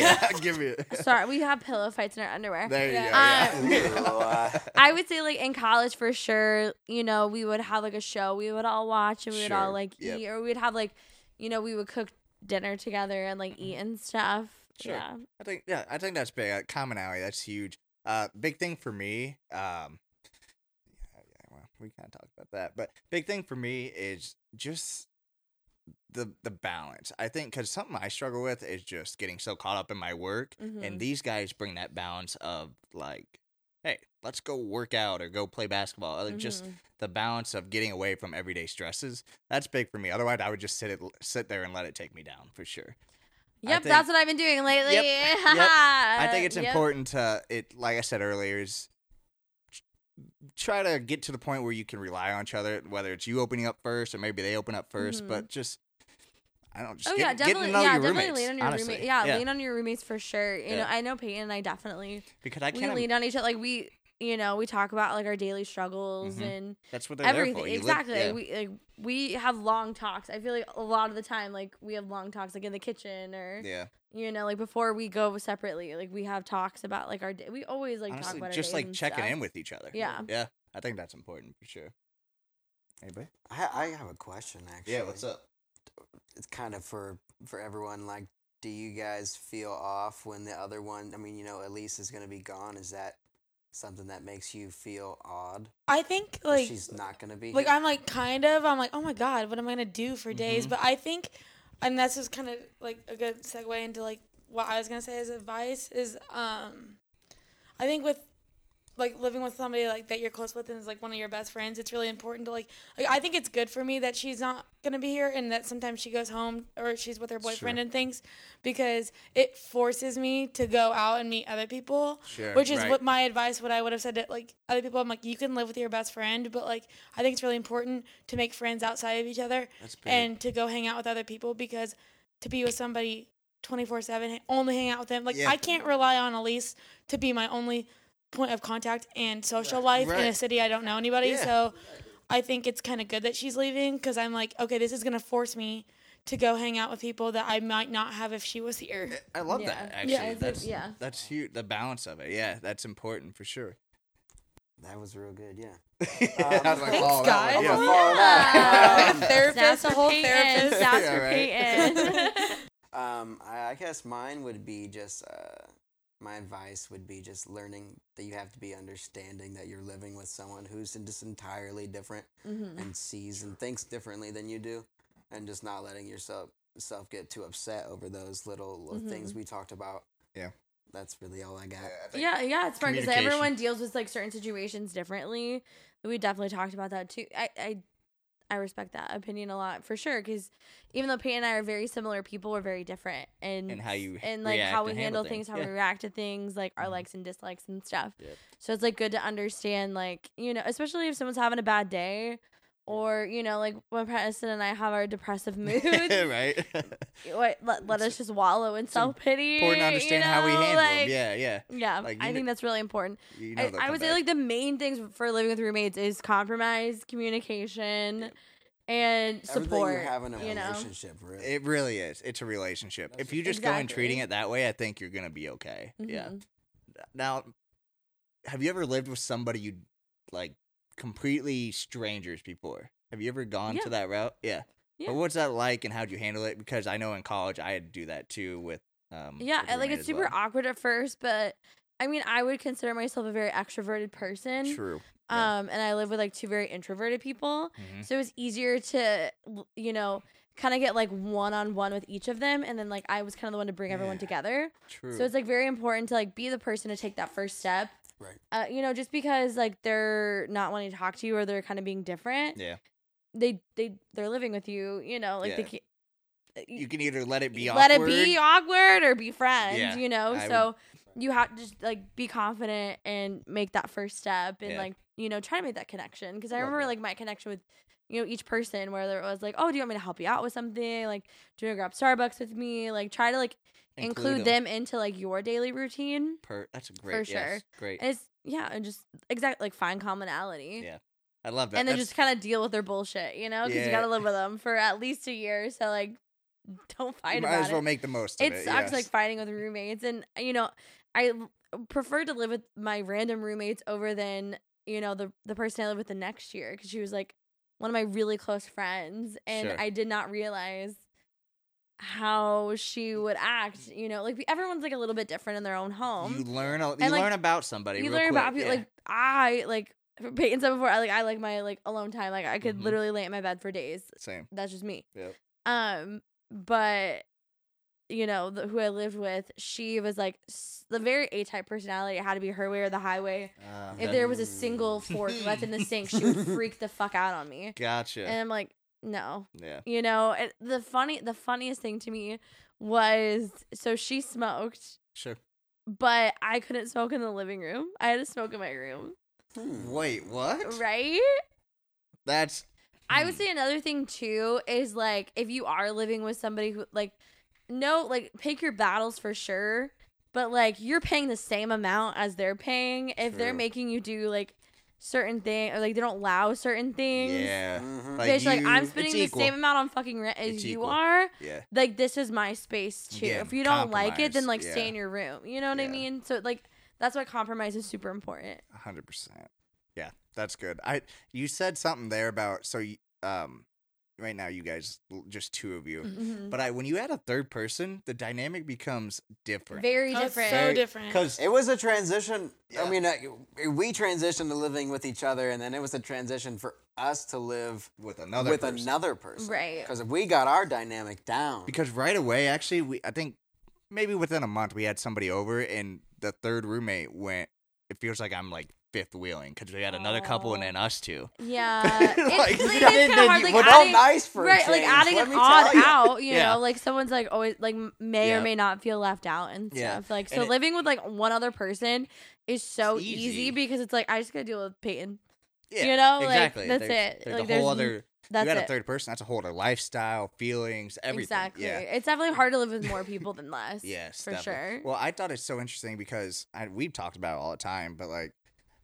[SPEAKER 1] <laughs>
[SPEAKER 2] yeah, give me it.
[SPEAKER 1] Sorry, we have pillow fights in our underwear.
[SPEAKER 2] There you
[SPEAKER 1] Yeah.
[SPEAKER 2] go.
[SPEAKER 1] Um, <laughs>
[SPEAKER 2] <laughs> yeah.
[SPEAKER 1] I would say like in college for sure, you know, we would have like a show we would all watch and we would
[SPEAKER 2] Sure,
[SPEAKER 1] all like
[SPEAKER 2] yep.
[SPEAKER 1] eat or we'd have like you know, we would cook dinner together and like eat and stuff.
[SPEAKER 2] Mm-hmm. Sure.
[SPEAKER 1] Yeah.
[SPEAKER 2] I think yeah, I think that's big. Uh, commonality, that's huge. Uh, big thing for me. Um, yeah, yeah, well, we can't talk about that, but big thing for me is just the the balance. I think because something I struggle with is just getting so caught up in my work,
[SPEAKER 1] Mhm.
[SPEAKER 2] and these guys bring that balance of like, hey, let's go work out or go play basketball. Like just
[SPEAKER 1] Mhm.
[SPEAKER 2] the balance of getting away from everyday stresses. That's big for me. Otherwise, I would just sit it, sit there and let it take me down for sure. I
[SPEAKER 1] Yep,
[SPEAKER 2] think-
[SPEAKER 1] that's what I've been doing lately.
[SPEAKER 2] Yep, yep. I think
[SPEAKER 1] <laughs>
[SPEAKER 2] it's
[SPEAKER 1] Yep.
[SPEAKER 2] important to it. Like I said earlier, is tr- try to get to the point where you can rely on each other. Whether it's you opening up first or maybe they open up 1st
[SPEAKER 1] Mhm.
[SPEAKER 2] but just I don't just
[SPEAKER 1] Oh
[SPEAKER 2] get,
[SPEAKER 1] yeah,
[SPEAKER 2] getting to
[SPEAKER 1] definitely.
[SPEAKER 2] know
[SPEAKER 1] Yeah,
[SPEAKER 2] your
[SPEAKER 1] definitely
[SPEAKER 2] roommates,
[SPEAKER 1] lean on your
[SPEAKER 2] honestly.
[SPEAKER 1] roommate. Yeah, lean on your roommates for sure. You know,
[SPEAKER 2] Yeah.
[SPEAKER 1] I know Peyton and I definitely
[SPEAKER 2] because I
[SPEAKER 1] we
[SPEAKER 2] can't.
[SPEAKER 1] lean on each other. Like we, you know, we talk about like our daily struggles
[SPEAKER 2] Mhm.
[SPEAKER 1] and
[SPEAKER 2] that's what they're there for.
[SPEAKER 1] everything
[SPEAKER 2] You live-
[SPEAKER 1] exactly
[SPEAKER 2] yeah.
[SPEAKER 1] we like we have long talks i feel like a lot of the time like we have long talks like in the kitchen or
[SPEAKER 2] yeah.
[SPEAKER 1] you know like before we go separately like we have talks about like our day we always like talk
[SPEAKER 2] honestly,
[SPEAKER 1] about our
[SPEAKER 2] just
[SPEAKER 1] days
[SPEAKER 2] like
[SPEAKER 1] and
[SPEAKER 2] checking
[SPEAKER 1] stuff.
[SPEAKER 2] in with each other.
[SPEAKER 1] Yeah.
[SPEAKER 2] Yeah. I think that's important for sure. Anybody?
[SPEAKER 5] I, I have a question actually.
[SPEAKER 2] up?
[SPEAKER 5] It's kind of for for everyone. Like, do you guys feel off when the other one? I mean, you know, Elise is gonna be gone. Is that something that makes you feel odd?
[SPEAKER 3] I think
[SPEAKER 5] that
[SPEAKER 3] like
[SPEAKER 5] she's not gonna be.
[SPEAKER 3] like
[SPEAKER 5] here? Mm-hmm.
[SPEAKER 3] I'm like kind of I'm like oh my god what am I gonna do for days
[SPEAKER 2] Mhm.
[SPEAKER 3] but I think and that's just kind of like a good segue into like what I was gonna say as advice is um I think with like living with somebody like that you're close with and is like one of your best friends it's really important to like, like I think it's good for me that she's not gonna be here and that sometimes she goes home or she's with her boyfriend
[SPEAKER 2] Sure.
[SPEAKER 3] and things because it forces me to go out and meet other people
[SPEAKER 2] Sure.
[SPEAKER 3] which is
[SPEAKER 2] right.
[SPEAKER 3] what my advice what i would have said to like other people i'm like you can live with your best friend but like i think it's really important to make friends outside of each other
[SPEAKER 2] That's big.
[SPEAKER 3] and to go hang out with other people because to be with somebody 24-7 ha- only hang out with them like
[SPEAKER 2] Yeah.
[SPEAKER 3] i can't rely on elise to be my only point of contact and social life in a
[SPEAKER 5] Right.
[SPEAKER 3] city I don't know anybody.
[SPEAKER 5] Yeah.
[SPEAKER 3] So I think it's kind of good that she's leaving because I'm like, okay, this is gonna force me to go hang out with people that I might not have if she was here.
[SPEAKER 2] I love
[SPEAKER 1] Yeah.
[SPEAKER 2] that.
[SPEAKER 1] Yeah,
[SPEAKER 2] Actually,
[SPEAKER 3] I think-
[SPEAKER 2] that's
[SPEAKER 1] yeah.
[SPEAKER 2] that's huge. The balance of it, yeah, that's important for sure. <laughs>
[SPEAKER 5] That was real good, yeah.
[SPEAKER 2] I was like,
[SPEAKER 3] Um, Thanks,
[SPEAKER 2] oh, that
[SPEAKER 3] guys.
[SPEAKER 2] was-
[SPEAKER 5] Yeah.
[SPEAKER 2] yeah.
[SPEAKER 1] Yeah.
[SPEAKER 3] Like a therapist,
[SPEAKER 1] Snaps
[SPEAKER 3] a
[SPEAKER 1] for <laughs>
[SPEAKER 3] whole
[SPEAKER 1] Peyton,
[SPEAKER 3] therapist.
[SPEAKER 1] snaps
[SPEAKER 2] Yeah,
[SPEAKER 1] for
[SPEAKER 2] right. <laughs>
[SPEAKER 1] Peyton.
[SPEAKER 5] Um, I, I guess mine would be just uh, my advice would be just learning that you have to be understanding that you're living with someone who's just entirely different
[SPEAKER 1] Mhm.
[SPEAKER 5] and sees and thinks differently than you do, and just not letting yourself self get too upset over those little, little things we talked about.
[SPEAKER 2] Yeah.
[SPEAKER 5] that's really all I got.
[SPEAKER 2] I think-
[SPEAKER 1] Mm-hmm. Yeah, yeah, it's smart because
[SPEAKER 2] Communication.
[SPEAKER 1] everyone deals with like certain situations differently. We definitely talked about that too. I, I, I respect that opinion a lot for sure. Because even though Peyton and I are very similar people, we're very different in
[SPEAKER 2] And how you
[SPEAKER 1] and like
[SPEAKER 2] react
[SPEAKER 1] how
[SPEAKER 2] and
[SPEAKER 1] we
[SPEAKER 2] handle
[SPEAKER 1] handle
[SPEAKER 2] things.
[SPEAKER 1] things, how
[SPEAKER 2] Yeah. Mm-hmm.
[SPEAKER 1] we react to things, like our likes and dislikes and stuff.
[SPEAKER 2] Yep.
[SPEAKER 1] So it's like good to understand, like you know, especially if someone's having a bad day. Or you know, like when Preston and I have our
[SPEAKER 2] <laughs>
[SPEAKER 1] depressive <laughs> moods,
[SPEAKER 2] right. <laughs>
[SPEAKER 1] what, let, let us just wallow in self pity.
[SPEAKER 2] important to understand how we handle them. Yeah, yeah.
[SPEAKER 1] yeah.
[SPEAKER 2] Like,
[SPEAKER 1] I
[SPEAKER 2] you kn-
[SPEAKER 1] think that's really important.
[SPEAKER 2] You know,
[SPEAKER 1] I,
[SPEAKER 2] they'll
[SPEAKER 1] I
[SPEAKER 2] come
[SPEAKER 1] would say
[SPEAKER 2] back.
[SPEAKER 1] like the main things for living with roommates is compromise, communication, and support.
[SPEAKER 5] Everything you have in a
[SPEAKER 1] you know?
[SPEAKER 5] relationship, really.
[SPEAKER 2] It really is. It's a relationship. If you just go in treating it that way, I think you're gonna be okay. Yeah.
[SPEAKER 1] Mhm.
[SPEAKER 2] Now, have you ever lived with somebody you like completely strangers before? Have you ever gone to
[SPEAKER 1] Yeah.
[SPEAKER 2] that route? Yeah.
[SPEAKER 1] Yeah.
[SPEAKER 2] But what's that like, and how'd you handle it? Because I know in college I had to do that too with. Um,
[SPEAKER 1] Yeah,
[SPEAKER 2] with a
[SPEAKER 1] and, like
[SPEAKER 2] roommate
[SPEAKER 1] it's
[SPEAKER 2] as
[SPEAKER 1] super
[SPEAKER 2] well.
[SPEAKER 1] awkward at first, but I mean, I would consider myself a very extroverted person.
[SPEAKER 2] True. Yeah.
[SPEAKER 1] Um, and I live with like two very introverted people,
[SPEAKER 2] Mhm.
[SPEAKER 1] so it was easier to, l- you know, kind of get like one on one with each of them, and then like I was kind of the one to bring everyone
[SPEAKER 2] Yeah.
[SPEAKER 1] together.
[SPEAKER 2] True.
[SPEAKER 1] So it's like very important to like be the person to take that first step.
[SPEAKER 5] Right.
[SPEAKER 1] Uh, you know, just because like they're not wanting to talk to you or they're kind of being different,
[SPEAKER 2] yeah.
[SPEAKER 1] they they they're living with you. You know, like they uh,
[SPEAKER 2] Yeah.
[SPEAKER 1] can,
[SPEAKER 2] You can either let it be
[SPEAKER 1] let
[SPEAKER 2] awkward.
[SPEAKER 1] it be awkward or be friends.
[SPEAKER 2] Yeah,
[SPEAKER 1] you know,
[SPEAKER 2] I would-
[SPEAKER 1] so you have to just like be confident and make that first step and
[SPEAKER 2] Yeah.
[SPEAKER 1] like you know try to make that connection because I
[SPEAKER 2] Love
[SPEAKER 1] remember
[SPEAKER 2] that.
[SPEAKER 1] like my connection with you know each person whether it was like oh do you want me to help you out with something like do you want to grab Starbucks with me like try to like include, them. into like your daily routine.
[SPEAKER 2] Per- that's a great.
[SPEAKER 1] sure.
[SPEAKER 2] Yes, great.
[SPEAKER 1] And it's yeah, and just exact like find commonality.
[SPEAKER 2] Yeah, I love that.
[SPEAKER 1] and then
[SPEAKER 2] That's-
[SPEAKER 1] just kind of deal with their bullshit, you know, because
[SPEAKER 2] Yeah.
[SPEAKER 1] you
[SPEAKER 2] <laughs>
[SPEAKER 1] gotta live with them for at least a year. So like, <laughs> don't
[SPEAKER 2] you
[SPEAKER 1] fight
[SPEAKER 2] might
[SPEAKER 1] about
[SPEAKER 2] as well
[SPEAKER 1] it.
[SPEAKER 2] make the most of
[SPEAKER 1] it
[SPEAKER 2] it.
[SPEAKER 1] sucks
[SPEAKER 2] yes.
[SPEAKER 1] like fighting with roommates, and you know, I l- prefer to live with my random roommates over than you know the the person I live with the next year because she was like one of my really close friends, and
[SPEAKER 2] Sure.
[SPEAKER 1] I did not realize how she would act. You know, like everyone's like a little bit different in their own home.
[SPEAKER 2] Mm. you lelearn a, you
[SPEAKER 1] Um, like,
[SPEAKER 2] learn about somebody.
[SPEAKER 1] You
[SPEAKER 2] real
[SPEAKER 1] learn
[SPEAKER 2] quick,
[SPEAKER 1] about people
[SPEAKER 2] yeah.
[SPEAKER 1] like I like Peyton said before. I like I like my like alone time. Like I could
[SPEAKER 2] Mhm.
[SPEAKER 1] literally lay in my bed for days.
[SPEAKER 2] same.
[SPEAKER 1] That's just me.
[SPEAKER 2] Yep.
[SPEAKER 1] Um, but you know the, who I lived with, she was like s- the very A type personality. It had to be her way or the highway.
[SPEAKER 2] Um,
[SPEAKER 1] If there was a single fork left in the sink, she would freak the fuck out on
[SPEAKER 2] <laughs>
[SPEAKER 1] me.
[SPEAKER 2] gotcha.
[SPEAKER 1] And I'm like, no,
[SPEAKER 2] yeah.
[SPEAKER 1] you know, it, the funny, the funniest thing to me was so she smoked,
[SPEAKER 2] Sure.
[SPEAKER 1] but I couldn't smoke in the living room. I had to smoke in my room,
[SPEAKER 5] Hmm.
[SPEAKER 2] Wait, what?
[SPEAKER 1] right?
[SPEAKER 2] That's.
[SPEAKER 1] I would
[SPEAKER 2] hmm.
[SPEAKER 1] say another thing too is like if you are living with somebody who like no like pick your battles for sure, but like you're paying the same amount as they're paying if they're
[SPEAKER 2] True.
[SPEAKER 1] making you do like certain thing or like they don't allow certain things.
[SPEAKER 2] Yeah.
[SPEAKER 5] Mhm.
[SPEAKER 1] Bitch, like
[SPEAKER 2] you-
[SPEAKER 1] I'm
[SPEAKER 2] it's
[SPEAKER 1] spending the
[SPEAKER 2] equal.
[SPEAKER 1] same amount on fucking rent as
[SPEAKER 2] It's
[SPEAKER 1] you
[SPEAKER 2] equal.
[SPEAKER 1] are.
[SPEAKER 2] Yeah.
[SPEAKER 1] Like this is my space too.
[SPEAKER 2] Yeah,
[SPEAKER 1] if you don't like it, then
[SPEAKER 2] compromise,
[SPEAKER 1] like
[SPEAKER 2] yeah.
[SPEAKER 1] stay in your room. You know what I
[SPEAKER 2] Yeah.
[SPEAKER 1] mean? So like that's why compromise is super important.
[SPEAKER 2] A hundred percent. Yeah, that's good. I you said something there about so you, um, right now you guys l- just two of you,
[SPEAKER 1] Mhm.
[SPEAKER 2] but I when you add a third person, the dynamic becomes different.
[SPEAKER 1] Very
[SPEAKER 3] Oh, it's
[SPEAKER 1] different.
[SPEAKER 3] So different.
[SPEAKER 2] Because
[SPEAKER 5] It was a transition.
[SPEAKER 2] Yeah.
[SPEAKER 5] I mean, uh, we transitioned to living with each other, and then it was a transition for us to live
[SPEAKER 2] with another
[SPEAKER 5] with
[SPEAKER 2] person.
[SPEAKER 5] another person.
[SPEAKER 1] Right.
[SPEAKER 5] Because we got our dynamic down.
[SPEAKER 2] because right away actually we i think maybe within a month we had somebody over and the third roommate went it feels like i'm like fifth wheeling because we had another couple and then us two <laughs>
[SPEAKER 1] Yeah, it's,
[SPEAKER 2] Like,
[SPEAKER 1] like,
[SPEAKER 2] then-
[SPEAKER 1] it's kind
[SPEAKER 2] then
[SPEAKER 1] of hard.
[SPEAKER 2] you-
[SPEAKER 1] Like
[SPEAKER 5] we're all
[SPEAKER 1] adding,
[SPEAKER 5] nice for a
[SPEAKER 1] right, like
[SPEAKER 5] change,
[SPEAKER 1] adding
[SPEAKER 5] let
[SPEAKER 1] an
[SPEAKER 5] me
[SPEAKER 1] odd
[SPEAKER 5] tell ya.
[SPEAKER 1] out. You
[SPEAKER 2] Yeah.
[SPEAKER 1] know, like someone's like always like m- may
[SPEAKER 2] Yeah.
[SPEAKER 1] or may not feel left out and stuff.
[SPEAKER 2] Yeah.
[SPEAKER 1] Like
[SPEAKER 2] And
[SPEAKER 1] so,
[SPEAKER 2] it-
[SPEAKER 1] living with like one other person is so
[SPEAKER 2] It's
[SPEAKER 1] easy.
[SPEAKER 2] easy.
[SPEAKER 1] because it's like I just gotta deal with Peyton.
[SPEAKER 2] Yeah,
[SPEAKER 1] you know,
[SPEAKER 2] exactly.
[SPEAKER 1] like that's
[SPEAKER 2] there's,
[SPEAKER 1] it.
[SPEAKER 2] There's
[SPEAKER 1] like
[SPEAKER 2] a whole
[SPEAKER 1] there's n-
[SPEAKER 2] other.
[SPEAKER 1] That's
[SPEAKER 2] you got
[SPEAKER 1] it.
[SPEAKER 2] a third person. That's a whole other lifestyle, feelings, everything.
[SPEAKER 1] Exactly.
[SPEAKER 2] Yeah.
[SPEAKER 1] It's definitely hard to live with more people
[SPEAKER 2] <laughs>
[SPEAKER 1] than less.
[SPEAKER 2] Yes,
[SPEAKER 1] for
[SPEAKER 2] definitely.
[SPEAKER 1] sure.
[SPEAKER 2] Well, I thought it's so interesting because I, we've talked about it all the time, but like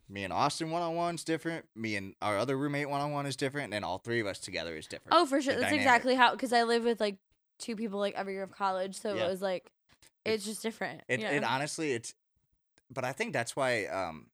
[SPEAKER 2] me and Austin one on one's different. Me and our other roommate one on one is different, and then all three of us together is different.
[SPEAKER 1] oh, for sure.
[SPEAKER 2] the
[SPEAKER 1] That's
[SPEAKER 2] dynamic.
[SPEAKER 1] exactly how because I live with like two people like every year of college, so
[SPEAKER 2] Yeah.
[SPEAKER 1] it was like it's just different.
[SPEAKER 2] It,
[SPEAKER 1] yeah.
[SPEAKER 2] it honestly, it's. But I think that's why. Um,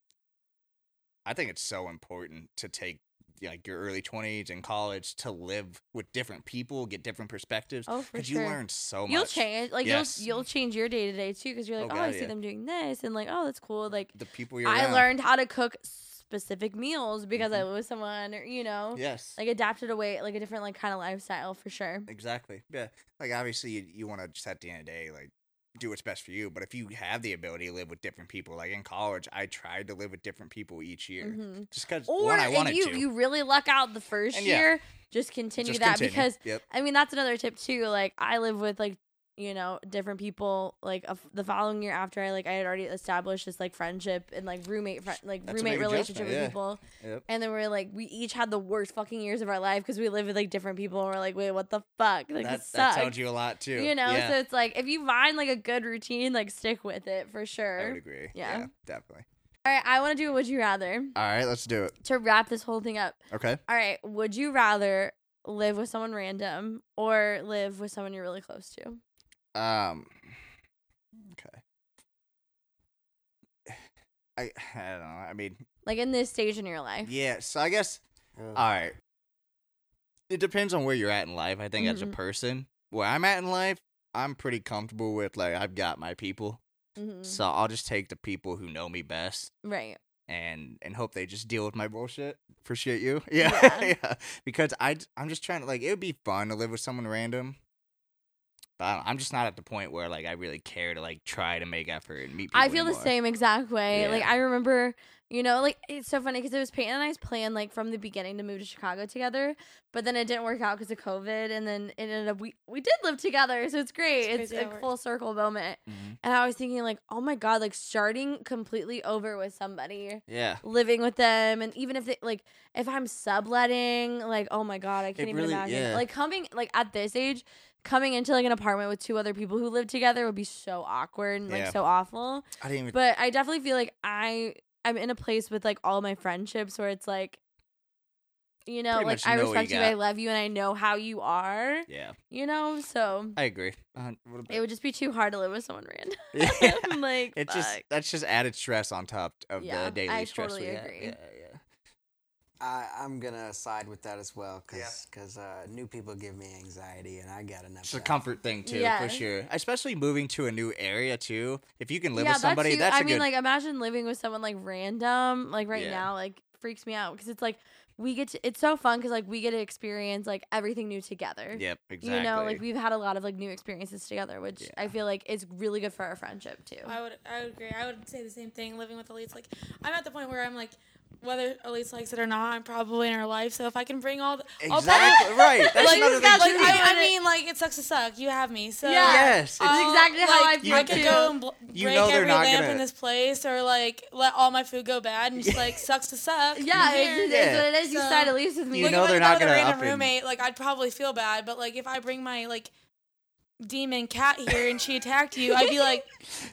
[SPEAKER 2] I think it's so important to take like your early twenties and college to live with different people, get different perspectives,
[SPEAKER 1] oh, for
[SPEAKER 2] you
[SPEAKER 1] sure.
[SPEAKER 2] learn so much.
[SPEAKER 1] You'll change, like
[SPEAKER 2] Yes.
[SPEAKER 1] you'll you'll change your day to day too, because you're like,
[SPEAKER 2] Oh,
[SPEAKER 1] oh,
[SPEAKER 2] God,
[SPEAKER 1] I see
[SPEAKER 2] yeah.
[SPEAKER 1] them doing this, and like, oh, that's cool. Like,
[SPEAKER 2] the people you're.
[SPEAKER 1] I
[SPEAKER 2] around. Mm-hmm.
[SPEAKER 1] learned how to cook specific meals because I live with someone, or you know,
[SPEAKER 2] Yes.
[SPEAKER 1] like adapted away, like a different like kind of lifestyle for sure.
[SPEAKER 2] Exactly. Yeah. Like obviously you, you want to just at the end of the day like do what's best for you, but if you have the ability to live with different people, like in college, I tried to live with different people each year
[SPEAKER 1] Mhm.
[SPEAKER 2] just because
[SPEAKER 1] Or
[SPEAKER 2] one I
[SPEAKER 1] if
[SPEAKER 2] wanted
[SPEAKER 1] you
[SPEAKER 2] to.
[SPEAKER 1] you really luck out the first
[SPEAKER 2] And yeah,
[SPEAKER 1] year, just continue
[SPEAKER 2] Just
[SPEAKER 1] that
[SPEAKER 2] continue.
[SPEAKER 1] because
[SPEAKER 2] yep.
[SPEAKER 1] I mean, that's another tip too. Like, I live with like, you know, different people. Like, a f the following year after I like, I had already established this like friendship and like roommate, fri like
[SPEAKER 2] That's a
[SPEAKER 1] roommate
[SPEAKER 2] big adjustment,
[SPEAKER 1] relationship with
[SPEAKER 2] yeah.
[SPEAKER 1] people.
[SPEAKER 2] Yep.
[SPEAKER 1] And then we're like, we each had the worst fucking years of our life because we live with like different people. And we're like, wait, what the fuck? Like,
[SPEAKER 2] that,
[SPEAKER 1] this
[SPEAKER 2] that
[SPEAKER 1] sucks.
[SPEAKER 2] tells you a lot too.
[SPEAKER 1] You know,
[SPEAKER 2] yeah,
[SPEAKER 1] so it's like if you find like a good routine, like stick with it for
[SPEAKER 2] I
[SPEAKER 1] sure.
[SPEAKER 2] would agree.
[SPEAKER 1] Yeah.
[SPEAKER 2] yeah, definitely.
[SPEAKER 1] All right, I want to do a would you rather
[SPEAKER 2] All right, let's do it.
[SPEAKER 1] to wrap this whole thing up.
[SPEAKER 2] Okay.
[SPEAKER 1] All right, would you rather live with someone random or live with someone you're really close to?
[SPEAKER 2] Um. Okay. <sighs> I <sighs> I don't know. I mean,
[SPEAKER 1] like in this stage in your life.
[SPEAKER 2] yeah. So I guess
[SPEAKER 1] Oh.
[SPEAKER 5] Ugh.
[SPEAKER 2] All right. It depends on where you're at in life. I think as a
[SPEAKER 1] Mhm.
[SPEAKER 2] person, where I'm at in life, I'm pretty comfortable with like I've got my people.
[SPEAKER 3] Mm-hmm.
[SPEAKER 1] Mhm.
[SPEAKER 2] So I'll just take the people who know me best
[SPEAKER 1] Right.
[SPEAKER 2] and and hope they just deal with my bullshit. Appreciate you. <laughs> Yeah.
[SPEAKER 1] Yeah.
[SPEAKER 2] Yeah. Because I I'm just trying to like it would be fun to live with someone random. But I don't- I'm just not at the point where like I really care to like try to make effort and meet people.
[SPEAKER 1] I feel the
[SPEAKER 2] anymore.
[SPEAKER 1] same exact way. Like
[SPEAKER 2] Yeah.
[SPEAKER 1] I remember, you know, like it's so funny because it was Peyton and I's plan like from the beginning to move to Chicago together, but then it didn't work out because of COVID, and then it ended up we we did live together, so it's great. It's,
[SPEAKER 3] It's crazy how it
[SPEAKER 1] a
[SPEAKER 3] works.
[SPEAKER 1] full circle moment.
[SPEAKER 2] Mhm.
[SPEAKER 1] And I was thinking like, oh my god, like starting completely over with somebody.
[SPEAKER 2] Yeah.
[SPEAKER 1] Living with them, and even if they like, if I'm subletting, like, oh my god, I can't even
[SPEAKER 2] really-
[SPEAKER 1] imagine.
[SPEAKER 2] yeah.
[SPEAKER 1] Like coming, like at this age, coming into like an apartment with two other people who live together would be so awkward and like
[SPEAKER 2] Yeah.
[SPEAKER 1] so awful.
[SPEAKER 2] I didn't even
[SPEAKER 1] But I definitely feel like I I'm in a place with like all my friendships where it's like you know,
[SPEAKER 2] Pretty
[SPEAKER 1] like
[SPEAKER 2] much
[SPEAKER 1] I
[SPEAKER 2] know what you
[SPEAKER 1] respect you,
[SPEAKER 2] got.
[SPEAKER 1] I love you and I know how you are,
[SPEAKER 2] Yeah.
[SPEAKER 1] you know? So
[SPEAKER 2] I agree. Uh, what about-
[SPEAKER 1] it would just be too hard to live with
[SPEAKER 2] <laughs>
[SPEAKER 1] someone random. <laughs>
[SPEAKER 2] Yeah.
[SPEAKER 1] I'm like
[SPEAKER 2] It just
[SPEAKER 1] fuck.
[SPEAKER 2] that's just added stress on top of
[SPEAKER 1] Yeah,
[SPEAKER 2] the daily
[SPEAKER 1] I
[SPEAKER 2] stress.
[SPEAKER 1] totally
[SPEAKER 2] we have.
[SPEAKER 1] agree.
[SPEAKER 2] Yeah, yeah.
[SPEAKER 5] I, I'm gonna side with that as well, cause 'cause, uh, new people give me anxiety, and I got enough.
[SPEAKER 2] It's
[SPEAKER 5] of
[SPEAKER 2] a
[SPEAKER 5] that.
[SPEAKER 2] comfort thing too,
[SPEAKER 1] Yeah.
[SPEAKER 2] for sure. Especially moving to a new area too. If you can live
[SPEAKER 1] yeah,
[SPEAKER 2] with somebody,
[SPEAKER 1] that's,
[SPEAKER 2] that's,
[SPEAKER 1] huge.
[SPEAKER 2] a
[SPEAKER 1] I mean,
[SPEAKER 2] good.
[SPEAKER 1] like imagine living with someone like random, like right
[SPEAKER 2] Yeah.
[SPEAKER 1] now, like freaks me out because it's like we get to, it's so fun because like we get to experience like everything new together.
[SPEAKER 2] yep, exactly.
[SPEAKER 1] You know, like we've had a lot of like new experiences together, which I feel like is really good for our friendship too.
[SPEAKER 3] I would I would agree. I would say the same thing. Living with Elise, like I'm at the point where I'm like, whether Elise likes it or not, I'm probably in her life. So if I can bring all the all
[SPEAKER 2] exactly right.
[SPEAKER 1] <laughs>
[SPEAKER 2] That's
[SPEAKER 3] like,
[SPEAKER 2] another
[SPEAKER 3] like,
[SPEAKER 2] thing too.
[SPEAKER 3] I, I mean, like it sucks to suck. You have me. So um,
[SPEAKER 1] Yeah.
[SPEAKER 2] yes, it's,
[SPEAKER 1] Uh, exactly how I
[SPEAKER 3] I
[SPEAKER 1] feel,
[SPEAKER 3] could
[SPEAKER 1] too.
[SPEAKER 3] go and bl- break
[SPEAKER 2] You know they're
[SPEAKER 3] every
[SPEAKER 2] not
[SPEAKER 3] lamp
[SPEAKER 2] gonna-
[SPEAKER 3] in this place, or like let all my food go bad,
[SPEAKER 2] <laughs>
[SPEAKER 3] and just like sucks to suck.
[SPEAKER 1] yeah,
[SPEAKER 3] Here.
[SPEAKER 1] it is
[SPEAKER 2] Yeah.
[SPEAKER 1] what it is. You
[SPEAKER 3] So-
[SPEAKER 1] side at least with me.
[SPEAKER 2] You <laughs>
[SPEAKER 3] like,
[SPEAKER 2] know
[SPEAKER 3] if I
[SPEAKER 2] they're
[SPEAKER 3] did that
[SPEAKER 2] not
[SPEAKER 3] with a
[SPEAKER 2] gonna
[SPEAKER 3] random
[SPEAKER 2] up and-
[SPEAKER 3] roommate. Like I'd probably feel bad, but like if I bring my like demon cat here and she attacked you, I'd be
[SPEAKER 2] <laughs>
[SPEAKER 3] like,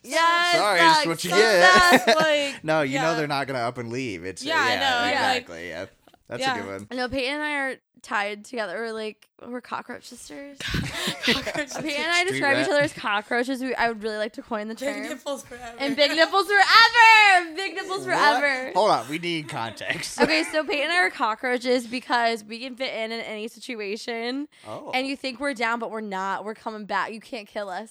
[SPEAKER 1] yeah, it
[SPEAKER 2] sorry, it's
[SPEAKER 1] sucks,
[SPEAKER 2] what you
[SPEAKER 1] so
[SPEAKER 2] <laughs> get.
[SPEAKER 1] sucks.
[SPEAKER 3] like,
[SPEAKER 2] no, you know
[SPEAKER 3] yeah.
[SPEAKER 2] they're not gonna up and leave. It's
[SPEAKER 3] Yeah, I know, and, like-
[SPEAKER 2] exactly. yeah, that's
[SPEAKER 3] Yeah.
[SPEAKER 2] a good one.
[SPEAKER 1] no, Peyton and I are tied together. We're like we're cockroach sisters.
[SPEAKER 3] cockroach
[SPEAKER 1] Peyton
[SPEAKER 3] sisters.
[SPEAKER 1] and I
[SPEAKER 2] Street
[SPEAKER 1] describe
[SPEAKER 2] rat.
[SPEAKER 1] each other as cockroaches. We, I would really like to coin the
[SPEAKER 3] big
[SPEAKER 1] term.
[SPEAKER 3] nipples forever.
[SPEAKER 1] And big nipples forever. Big nipples
[SPEAKER 2] What?
[SPEAKER 1] forever.
[SPEAKER 2] Hold on, we need context.
[SPEAKER 1] Okay, so Peyton and I are cockroaches because we can fit in in any situation.
[SPEAKER 2] <laughs> Oh,
[SPEAKER 1] And you think we're down, but we're not. We're coming back. You can't kill us.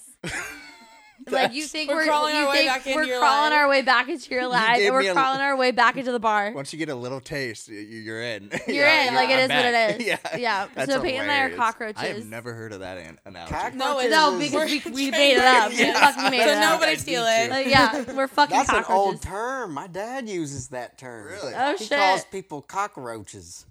[SPEAKER 1] like you think
[SPEAKER 3] We're
[SPEAKER 1] we're,
[SPEAKER 3] crawling
[SPEAKER 1] you
[SPEAKER 3] our way
[SPEAKER 1] think
[SPEAKER 3] back into
[SPEAKER 1] we're
[SPEAKER 3] your
[SPEAKER 1] crawling
[SPEAKER 3] life.
[SPEAKER 1] our way back into your life,
[SPEAKER 2] gave
[SPEAKER 1] and
[SPEAKER 2] me
[SPEAKER 1] we're
[SPEAKER 2] a-
[SPEAKER 1] crawling our way back into the bar.
[SPEAKER 2] Once you get a little taste, y- you're in. <laughs>
[SPEAKER 1] You're in. Like, it
[SPEAKER 2] I'm
[SPEAKER 1] is what it
[SPEAKER 2] back.
[SPEAKER 1] is.
[SPEAKER 2] <laughs> yeah.
[SPEAKER 1] Yeah.
[SPEAKER 2] That's
[SPEAKER 1] So Peyton and I are
[SPEAKER 2] hilarious. I have
[SPEAKER 1] cockroaches.
[SPEAKER 2] never heard of that an- analogy.
[SPEAKER 5] Cockroaches
[SPEAKER 3] No, it-
[SPEAKER 1] No,
[SPEAKER 5] is-
[SPEAKER 1] because we,
[SPEAKER 3] We're
[SPEAKER 1] we made it up. We
[SPEAKER 3] Yeah.
[SPEAKER 1] fucking made
[SPEAKER 3] so
[SPEAKER 1] it up.
[SPEAKER 3] nobody
[SPEAKER 2] I
[SPEAKER 3] steal
[SPEAKER 2] beat
[SPEAKER 3] it.
[SPEAKER 2] you.
[SPEAKER 1] Like, Uh, yeah, we're fucking
[SPEAKER 5] That's an
[SPEAKER 1] cockroaches.
[SPEAKER 5] old term. My dad uses that term.
[SPEAKER 2] Really?
[SPEAKER 1] Oh,
[SPEAKER 5] he calls
[SPEAKER 1] shit.
[SPEAKER 5] people cockroaches.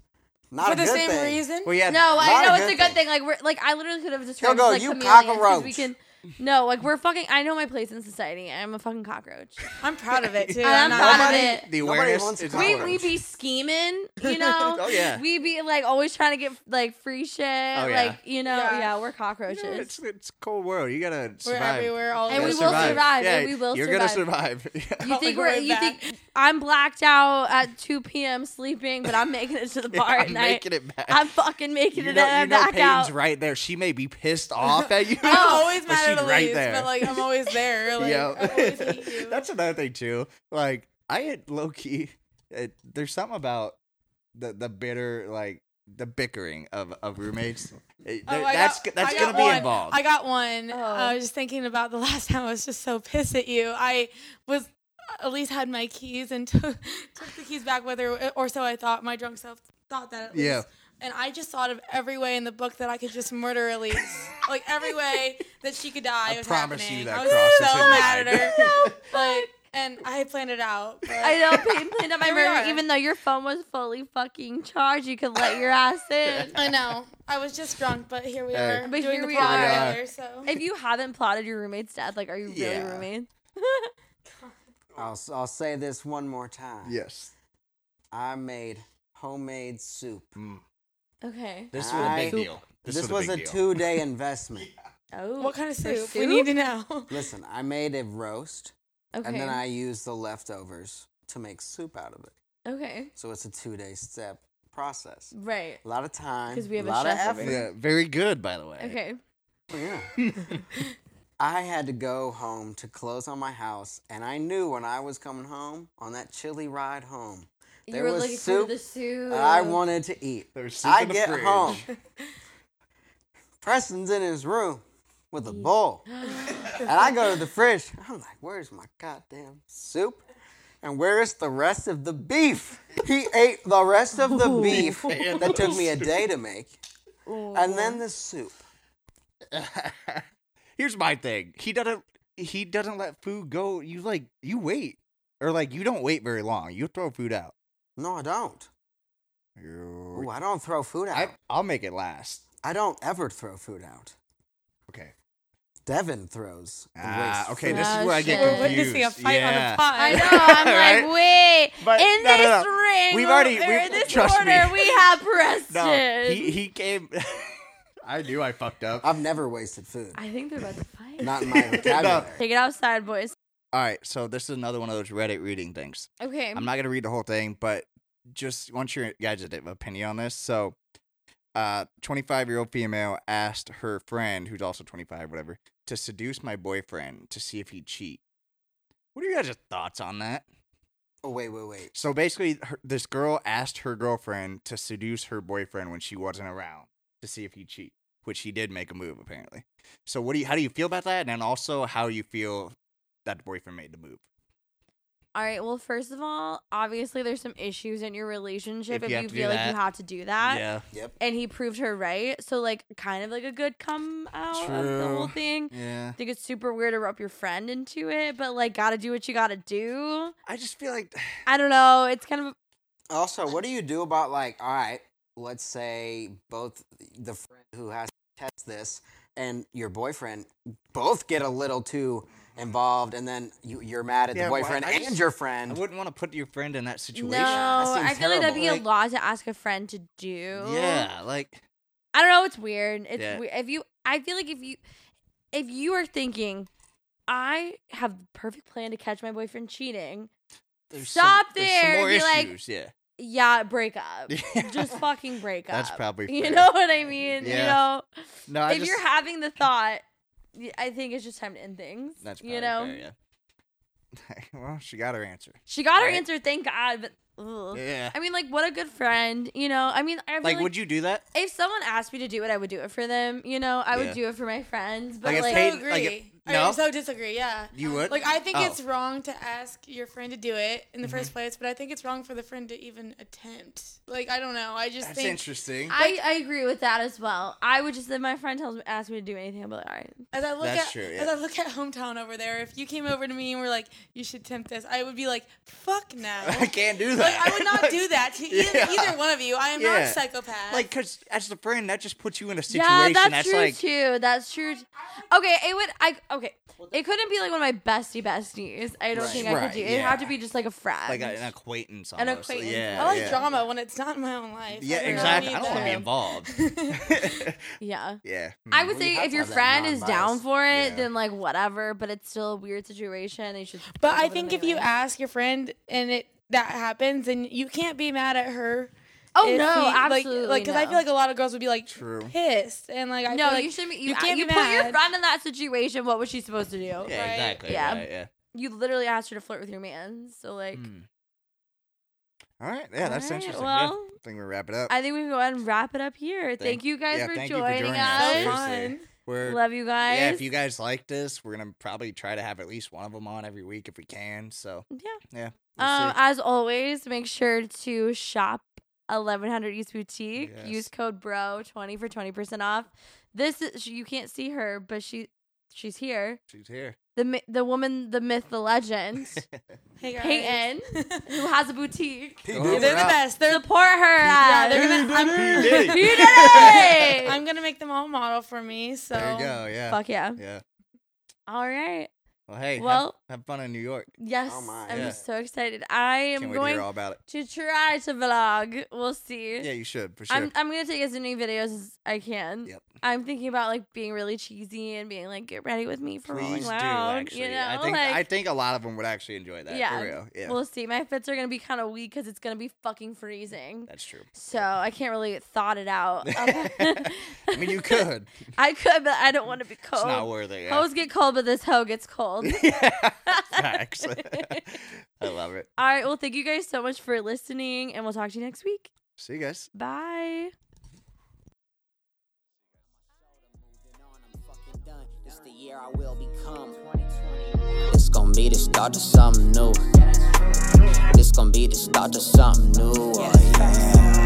[SPEAKER 5] Not
[SPEAKER 3] for
[SPEAKER 5] a
[SPEAKER 3] the
[SPEAKER 5] good
[SPEAKER 3] same
[SPEAKER 5] thing.
[SPEAKER 3] reason.
[SPEAKER 2] Well, yeah.
[SPEAKER 1] No,
[SPEAKER 5] Not
[SPEAKER 1] I
[SPEAKER 5] a
[SPEAKER 1] know it's
[SPEAKER 5] good
[SPEAKER 1] a good
[SPEAKER 5] thing.
[SPEAKER 1] thing. Like we're like I literally could have described
[SPEAKER 5] go,
[SPEAKER 1] us like
[SPEAKER 5] "You
[SPEAKER 1] chameleons 'cause
[SPEAKER 5] cockroach."
[SPEAKER 1] we can No, like we're fucking. I know my place in society. I'm a fucking cockroach.
[SPEAKER 3] I'm proud of
[SPEAKER 2] <laughs>
[SPEAKER 3] it too.
[SPEAKER 1] And I'm proud
[SPEAKER 3] not-
[SPEAKER 1] of it.
[SPEAKER 2] The
[SPEAKER 5] Nobody
[SPEAKER 2] awareness
[SPEAKER 5] wants
[SPEAKER 2] is
[SPEAKER 5] to
[SPEAKER 1] We
[SPEAKER 5] Cockroach.
[SPEAKER 1] we be
[SPEAKER 2] <laughs>
[SPEAKER 1] scheming, you know.
[SPEAKER 2] Oh, yeah. Oh,
[SPEAKER 1] We be like always trying to get like free shit.
[SPEAKER 2] yeah.
[SPEAKER 1] Like you know, yeah,
[SPEAKER 3] Yeah.
[SPEAKER 1] we're
[SPEAKER 2] You
[SPEAKER 1] cockroaches.
[SPEAKER 2] know, it's it's cold world. You gotta
[SPEAKER 3] We're
[SPEAKER 2] survive.
[SPEAKER 3] everywhere all
[SPEAKER 1] And
[SPEAKER 2] You
[SPEAKER 1] we
[SPEAKER 2] gotta
[SPEAKER 1] will survive, and we will
[SPEAKER 2] you're gonna survive. <laughs>
[SPEAKER 1] you
[SPEAKER 3] I'll
[SPEAKER 1] think
[SPEAKER 3] go
[SPEAKER 1] we're?
[SPEAKER 3] right
[SPEAKER 1] You
[SPEAKER 3] back.
[SPEAKER 1] think I'm blacked out at 2 p.m. sleeping, but I'm making it to the
[SPEAKER 2] <laughs> Yeah,
[SPEAKER 1] bar at
[SPEAKER 2] I'm
[SPEAKER 1] night.
[SPEAKER 2] making it back.
[SPEAKER 1] I'm fucking
[SPEAKER 3] <laughs>
[SPEAKER 1] making
[SPEAKER 2] you
[SPEAKER 1] it
[SPEAKER 2] know, you
[SPEAKER 1] and
[SPEAKER 2] know
[SPEAKER 1] back
[SPEAKER 2] Peyton's
[SPEAKER 1] out.
[SPEAKER 2] right there. She may be pissed off
[SPEAKER 3] <laughs>
[SPEAKER 2] at you.
[SPEAKER 3] I'm Oh,
[SPEAKER 1] Oh.
[SPEAKER 3] always
[SPEAKER 2] <laughs> but
[SPEAKER 3] mad
[SPEAKER 2] she's
[SPEAKER 3] at Elise,
[SPEAKER 2] right there.
[SPEAKER 3] but like I'm always
[SPEAKER 2] <laughs>
[SPEAKER 3] there. Like,
[SPEAKER 2] yeah,
[SPEAKER 3] I always
[SPEAKER 2] <laughs>
[SPEAKER 3] hate you.
[SPEAKER 2] that's another thing too. Like I had low key. It, there's something about the the bitter like the bickering of
[SPEAKER 3] <laughs>
[SPEAKER 2] of roommates. It-
[SPEAKER 3] Oh,
[SPEAKER 2] there-
[SPEAKER 3] I
[SPEAKER 2] that's
[SPEAKER 3] got-
[SPEAKER 2] that's
[SPEAKER 3] I
[SPEAKER 2] gonna
[SPEAKER 3] got
[SPEAKER 2] be
[SPEAKER 3] one.
[SPEAKER 2] involved.
[SPEAKER 3] I got one.
[SPEAKER 1] Oh.
[SPEAKER 3] I was just thinking about the <laughs> last time I was just so pissed at you. I was at least had my keys and <laughs> took, took the keys back with her, or so I thought. My drunk self thought that at least.
[SPEAKER 2] Yeah.
[SPEAKER 3] And I just thought of every way in the book that I could just murder Elise, like every way that she could die.
[SPEAKER 2] I
[SPEAKER 3] was
[SPEAKER 2] promise
[SPEAKER 3] happening.
[SPEAKER 2] you that
[SPEAKER 3] I was
[SPEAKER 2] crosses
[SPEAKER 3] so
[SPEAKER 2] her
[SPEAKER 3] mad
[SPEAKER 2] mind.
[SPEAKER 3] at
[SPEAKER 2] <laughs>
[SPEAKER 3] her. <laughs> like, and I planned it out. but-
[SPEAKER 1] I know Peyton planned out my
[SPEAKER 3] Here we
[SPEAKER 1] murder,
[SPEAKER 3] are.
[SPEAKER 1] even though your phone was fully fucking charged. You could let your
[SPEAKER 2] <laughs>
[SPEAKER 1] ass in.
[SPEAKER 3] I know. I was just drunk, but here we
[SPEAKER 2] Hey.
[SPEAKER 3] are
[SPEAKER 1] But
[SPEAKER 3] doing
[SPEAKER 1] here
[SPEAKER 3] the
[SPEAKER 1] we
[SPEAKER 3] plot
[SPEAKER 2] are.
[SPEAKER 3] together. So
[SPEAKER 1] If you haven't plotted your roommate's death, like, are you really
[SPEAKER 2] Yeah.
[SPEAKER 1] roommates?
[SPEAKER 5] I'll, s- I'll say this one more time.
[SPEAKER 2] yes,
[SPEAKER 5] I made homemade soup.
[SPEAKER 1] Okay.
[SPEAKER 2] this was a big
[SPEAKER 5] Mm. I-
[SPEAKER 2] deal. This,
[SPEAKER 5] This,
[SPEAKER 2] was,
[SPEAKER 5] was
[SPEAKER 2] a
[SPEAKER 5] a
[SPEAKER 2] big deal.
[SPEAKER 5] two
[SPEAKER 2] <laughs>
[SPEAKER 5] day investment.
[SPEAKER 1] Oh.
[SPEAKER 3] what kind of
[SPEAKER 1] for
[SPEAKER 3] soup? We need to know.
[SPEAKER 5] Listen, I made a roast
[SPEAKER 1] Okay.
[SPEAKER 5] and then I used the leftovers to make soup out of it.
[SPEAKER 1] okay.
[SPEAKER 5] So it's a two day step process.
[SPEAKER 1] Right.
[SPEAKER 5] A lot of time.
[SPEAKER 1] 'Cause we have a
[SPEAKER 5] lot
[SPEAKER 1] chef
[SPEAKER 5] of
[SPEAKER 1] over
[SPEAKER 5] effort.
[SPEAKER 2] Yeah, very good by the way.
[SPEAKER 1] Okay.
[SPEAKER 5] <laughs> Oh, yeah. I had to go home to close on my house, and I knew when I was coming home on that chilly ride home,
[SPEAKER 1] you
[SPEAKER 5] There
[SPEAKER 1] were
[SPEAKER 5] was
[SPEAKER 1] looking
[SPEAKER 5] soup
[SPEAKER 1] for the soup.
[SPEAKER 5] that I
[SPEAKER 1] <laughs>
[SPEAKER 5] wanted to eat.
[SPEAKER 2] There was soup
[SPEAKER 5] I
[SPEAKER 2] in the
[SPEAKER 5] get
[SPEAKER 2] fridge. <laughs>
[SPEAKER 5] home. <laughs> Preston's in his room with a bowl, and I go to the fridge. <laughs> I'm like, "Where's my goddamn soup? And where's the rest of the beef?" He ate the rest of the beef that took me
[SPEAKER 2] <laughs>
[SPEAKER 5] a day to make, and then the soup.
[SPEAKER 2] <laughs> Here's my thing. He doesn't. He doesn't let food go. You like you wait, or like you don't wait very long. You throw food out.
[SPEAKER 5] No, I don't. Ooh,
[SPEAKER 2] You-
[SPEAKER 5] I don't throw food out.
[SPEAKER 2] I, I'll make it last.
[SPEAKER 5] I don't ever throw food out.
[SPEAKER 2] Okay.
[SPEAKER 5] Devin throws. and
[SPEAKER 2] Ah,
[SPEAKER 5] wastes
[SPEAKER 2] okay.
[SPEAKER 5] food.
[SPEAKER 2] This is
[SPEAKER 1] Oh,
[SPEAKER 2] where I get
[SPEAKER 1] shit.
[SPEAKER 3] <laughs> We're
[SPEAKER 2] confused.
[SPEAKER 3] witnessing a fight on
[SPEAKER 2] yeah.
[SPEAKER 3] a
[SPEAKER 1] <gasps>
[SPEAKER 3] pod.
[SPEAKER 2] <laughs>
[SPEAKER 1] I know. I'm
[SPEAKER 2] Right?
[SPEAKER 1] like, wait.
[SPEAKER 2] But-
[SPEAKER 1] in
[SPEAKER 2] no, no,
[SPEAKER 1] this
[SPEAKER 2] no.
[SPEAKER 1] ring,
[SPEAKER 2] We've
[SPEAKER 1] over-
[SPEAKER 2] already-
[SPEAKER 1] or
[SPEAKER 2] we've-
[SPEAKER 1] in this
[SPEAKER 2] trust me.
[SPEAKER 1] corner, we have Preston.
[SPEAKER 2] <laughs> No, he he came. <laughs> I knew I fucked up.
[SPEAKER 5] I've never wasted food.
[SPEAKER 1] I think they're about to fight.
[SPEAKER 5] Not in my vocabulary.
[SPEAKER 1] <laughs> Take it outside, boys.
[SPEAKER 2] All right, so this is another one of those Reddit reading things.
[SPEAKER 1] Okay.
[SPEAKER 2] I'm not gonna read the whole thing, but just want your guys' opinion on this. So, uh, 25 year old female asked her friend, who's also 25, whatever, to seduce my boyfriend to see if he'd cheat. What are you guys' thoughts on that?
[SPEAKER 5] Oh, wait, wait, wait.
[SPEAKER 2] So basically, her, this girl asked her girlfriend to seduce her boyfriend when she wasn't around to see if he'd cheat, which he did make a move apparently. So what do you? How do you feel about that? And then also how you feel that the boyfriend made the move.
[SPEAKER 1] All right. Well, first of all, obviously there's some issues in your
[SPEAKER 2] If
[SPEAKER 1] relationship if you,
[SPEAKER 2] you have to do
[SPEAKER 1] feel like
[SPEAKER 2] that.
[SPEAKER 1] you have to do that.
[SPEAKER 2] <laughs> yeah.
[SPEAKER 5] Yep.
[SPEAKER 1] And he proved her right. So like kind of like a good come out of the whole
[SPEAKER 2] True.
[SPEAKER 1] thing.
[SPEAKER 2] Yeah.
[SPEAKER 1] I think it's super weird to rope your friend into it, but like gotta do what you gotta do.
[SPEAKER 2] I just feel like
[SPEAKER 1] I don't know. It's kind of
[SPEAKER 5] Also, what do you do about, like, all right, let's say both the friend who has to test this and your boyfriend both get a little too involved, and then you, you're mad at
[SPEAKER 2] Yeah,
[SPEAKER 5] the
[SPEAKER 2] why-
[SPEAKER 5] boyfriend
[SPEAKER 2] I
[SPEAKER 5] and
[SPEAKER 2] just-
[SPEAKER 5] your
[SPEAKER 2] I
[SPEAKER 5] friend.
[SPEAKER 2] wouldn't want to put your friend in that situation.
[SPEAKER 1] no.
[SPEAKER 5] seems
[SPEAKER 1] I feel like that'd be a
[SPEAKER 5] terrible.
[SPEAKER 1] lot to ask a friend to do.
[SPEAKER 2] Yeah, like
[SPEAKER 1] I don't know. It's weird. It's
[SPEAKER 2] Yeah.
[SPEAKER 1] we- if you. I feel like if you, if you are thinking, I have the perfect plan to catch my boyfriend cheating.
[SPEAKER 2] there's
[SPEAKER 1] Stop
[SPEAKER 2] some, there's some
[SPEAKER 1] there,
[SPEAKER 2] more
[SPEAKER 1] be like-
[SPEAKER 2] issues. yeah.
[SPEAKER 1] Yeah, break
[SPEAKER 2] <laughs>
[SPEAKER 1] up.
[SPEAKER 2] Yeah.
[SPEAKER 1] Just fucking break up.
[SPEAKER 2] That's probably
[SPEAKER 1] You
[SPEAKER 2] fair.
[SPEAKER 1] know what I mean?
[SPEAKER 2] Yeah.
[SPEAKER 1] You know,
[SPEAKER 2] No, I
[SPEAKER 1] if
[SPEAKER 2] just,
[SPEAKER 1] you're having the thought, y- I think it's just time to end things.
[SPEAKER 2] that's probably
[SPEAKER 1] you know.
[SPEAKER 2] fair, yeah. <laughs> well, she got her answer.
[SPEAKER 1] She got her
[SPEAKER 2] Right.
[SPEAKER 1] answer. Thank God. But ugh.
[SPEAKER 2] Yeah.
[SPEAKER 1] I mean, like, what a good friend. You know. I mean, I feel
[SPEAKER 2] Like,
[SPEAKER 1] like,
[SPEAKER 2] would you do that?
[SPEAKER 1] if someone asked me to do it, I would do it for them. You know, I
[SPEAKER 2] Yeah.
[SPEAKER 1] would do it for my friends. But
[SPEAKER 2] Like, if
[SPEAKER 1] like,
[SPEAKER 2] Hey,
[SPEAKER 3] I
[SPEAKER 2] like,
[SPEAKER 3] agree.
[SPEAKER 2] uh, no?
[SPEAKER 3] I so disagree. Yeah.
[SPEAKER 2] You would?
[SPEAKER 3] Like I think
[SPEAKER 2] Oh. Mm-hmm.
[SPEAKER 3] it's wrong to ask your friend to do it in the first place, but I think it's wrong for the friend to even attempt. Like I don't know. I just
[SPEAKER 2] That's
[SPEAKER 3] think
[SPEAKER 2] interesting.
[SPEAKER 1] I, I agree with that as well. I would just if my friend tells me asks me to do anything, I'm like, all right.
[SPEAKER 3] as I look
[SPEAKER 2] That's
[SPEAKER 3] at
[SPEAKER 2] true,
[SPEAKER 3] as
[SPEAKER 2] yeah.
[SPEAKER 3] I look at hometown over there, if you came over to me and were like, "You should tempt this," I would be like, "Fuck no."
[SPEAKER 2] <laughs> <laughs> I can't do
[SPEAKER 3] Like, I would not
[SPEAKER 2] <laughs>
[SPEAKER 3] do that to e-
[SPEAKER 2] Yeah.
[SPEAKER 3] either one of you. I am not a
[SPEAKER 2] Yeah.
[SPEAKER 3] psychopath.
[SPEAKER 2] Like, cause as a friend, that just puts you in a situation
[SPEAKER 1] Yeah, that's, true
[SPEAKER 2] like,
[SPEAKER 1] too. That's true. t- Okay, it would. I okay. It couldn't be like one of my bestie besties. I don't
[SPEAKER 5] Right.
[SPEAKER 1] think I could
[SPEAKER 2] Right,
[SPEAKER 1] do. It'd have to
[SPEAKER 2] yeah.
[SPEAKER 1] be just like a friend.
[SPEAKER 2] like an acquaintance.
[SPEAKER 1] An
[SPEAKER 2] Almost.
[SPEAKER 1] acquaintance.
[SPEAKER 2] Yeah,
[SPEAKER 3] I like
[SPEAKER 2] yeah.
[SPEAKER 3] drama when it's not in my own life.
[SPEAKER 2] Yeah,
[SPEAKER 3] don't
[SPEAKER 2] exactly.
[SPEAKER 3] need
[SPEAKER 2] I don't want to be
[SPEAKER 3] that.
[SPEAKER 2] involved.
[SPEAKER 1] <laughs> yeah.
[SPEAKER 2] <laughs> yeah,
[SPEAKER 1] I would
[SPEAKER 5] Well,
[SPEAKER 1] say
[SPEAKER 5] you have
[SPEAKER 1] if
[SPEAKER 5] to
[SPEAKER 1] your
[SPEAKER 5] have that
[SPEAKER 1] friend is down
[SPEAKER 5] non-bias.
[SPEAKER 1] for it,
[SPEAKER 2] Yeah.
[SPEAKER 1] then like whatever. But it's still a weird situation. and You should.
[SPEAKER 3] But
[SPEAKER 1] deal
[SPEAKER 3] I
[SPEAKER 1] with it
[SPEAKER 3] think if you
[SPEAKER 1] anyway.
[SPEAKER 3] ask your friend and it that happens, then you can't be mad at her.
[SPEAKER 1] oh
[SPEAKER 3] if
[SPEAKER 1] no,
[SPEAKER 3] he- like-
[SPEAKER 1] absolutely.
[SPEAKER 3] Like, I
[SPEAKER 1] no.
[SPEAKER 3] feel like a lot of girls would be like
[SPEAKER 2] True.
[SPEAKER 3] pissed, and like I
[SPEAKER 1] no,
[SPEAKER 3] feel like
[SPEAKER 1] you shouldn't. be- You,
[SPEAKER 3] you can't
[SPEAKER 1] you
[SPEAKER 3] be
[SPEAKER 1] put your
[SPEAKER 3] mad.
[SPEAKER 1] friend in that situation. What was she supposed to do?
[SPEAKER 2] Hmm. yeah,
[SPEAKER 3] Right.
[SPEAKER 2] exactly.
[SPEAKER 1] Yeah.
[SPEAKER 2] right, yeah.
[SPEAKER 1] You literally asked her to flirt with your man. So like,
[SPEAKER 2] Hmm. All right. Yeah, that's
[SPEAKER 1] All right,
[SPEAKER 2] interesting.
[SPEAKER 1] well,
[SPEAKER 2] yeah. I think we wrap it up.
[SPEAKER 1] I think we can go ahead and wrap it up here. Thank, you guys
[SPEAKER 2] yeah,
[SPEAKER 1] for,
[SPEAKER 2] thank you for
[SPEAKER 1] joining
[SPEAKER 2] joining us.
[SPEAKER 1] us.
[SPEAKER 3] so
[SPEAKER 2] Seriously.
[SPEAKER 3] fun.
[SPEAKER 2] We're
[SPEAKER 1] Love you guys.
[SPEAKER 2] yeah. If you guys like this, we're gonna probably try to have at least one of them on every week if we can. So
[SPEAKER 1] yeah.
[SPEAKER 2] yeah. We'll
[SPEAKER 1] Um,
[SPEAKER 2] see.
[SPEAKER 1] as always, make sure to shop 1100 East Boutique.
[SPEAKER 2] Yes.
[SPEAKER 1] Use code BRO 20 for 20% off. This is you can't see her, but she she's here.
[SPEAKER 2] She's here.
[SPEAKER 1] The mi- the woman, the myth, the
[SPEAKER 2] <laughs>
[SPEAKER 1] legend,
[SPEAKER 3] Hey guys.
[SPEAKER 1] Peyton, <laughs>
[SPEAKER 3] <laughs>
[SPEAKER 1] who has a boutique.
[SPEAKER 5] P.
[SPEAKER 2] Go
[SPEAKER 5] Diddy.
[SPEAKER 2] over
[SPEAKER 3] They're the
[SPEAKER 2] out.
[SPEAKER 3] best. They're
[SPEAKER 1] Support her. uh,
[SPEAKER 3] yeah, they're
[SPEAKER 1] ass.
[SPEAKER 3] gonna. I'm,
[SPEAKER 2] P.
[SPEAKER 1] <laughs>
[SPEAKER 2] Diddy.
[SPEAKER 1] You
[SPEAKER 3] <laughs>
[SPEAKER 1] did it!
[SPEAKER 3] I'm gonna make them all model for me. So
[SPEAKER 2] There you go. Yeah.
[SPEAKER 1] Fuck yeah.
[SPEAKER 2] Yeah.
[SPEAKER 1] All right.
[SPEAKER 2] Well, hey. have-
[SPEAKER 1] Well-
[SPEAKER 2] have, fun in New York.
[SPEAKER 1] Yes.
[SPEAKER 5] my.
[SPEAKER 1] I'm
[SPEAKER 2] Oh Yeah.
[SPEAKER 1] so excited. I am
[SPEAKER 2] Can't wait to
[SPEAKER 1] going
[SPEAKER 2] hear all about it.
[SPEAKER 1] to try to vlog. We'll see.
[SPEAKER 2] Yeah, you should for sure.
[SPEAKER 1] I'm I'm gonna take as many videos as I can.
[SPEAKER 2] Yep.
[SPEAKER 1] I'm thinking about like being really cheesy and being like, get ready with me for Rolling
[SPEAKER 2] Please do.
[SPEAKER 1] Loud.
[SPEAKER 2] Actually,
[SPEAKER 1] you know,
[SPEAKER 2] I think
[SPEAKER 1] like
[SPEAKER 2] I think a lot of them would actually enjoy that.
[SPEAKER 1] Yeah.
[SPEAKER 2] For real. Yeah.
[SPEAKER 1] we'll see. My fits are gonna be kind of weak because it's gonna be fucking freezing.
[SPEAKER 2] that's true.
[SPEAKER 1] So I can't really thought it out.
[SPEAKER 2] <laughs> I
[SPEAKER 1] <laughs>
[SPEAKER 2] mean, you could.
[SPEAKER 1] I could, but I don't want to be
[SPEAKER 2] It's
[SPEAKER 1] cold.
[SPEAKER 2] not worth it. Yeah.
[SPEAKER 1] Hoes get cold, but this hoe gets cold.
[SPEAKER 2] <laughs>
[SPEAKER 1] <laughs>
[SPEAKER 2] yeah. Facts. <laughs> I love it.
[SPEAKER 1] All right. Well, thank you guys so much for listening, and we'll talk to you next week.
[SPEAKER 2] See you guys.
[SPEAKER 1] Bye.
[SPEAKER 4] It's the year I will become. It's gonna be the start of something new. It's gonna be the start of something new. Oh, yeah.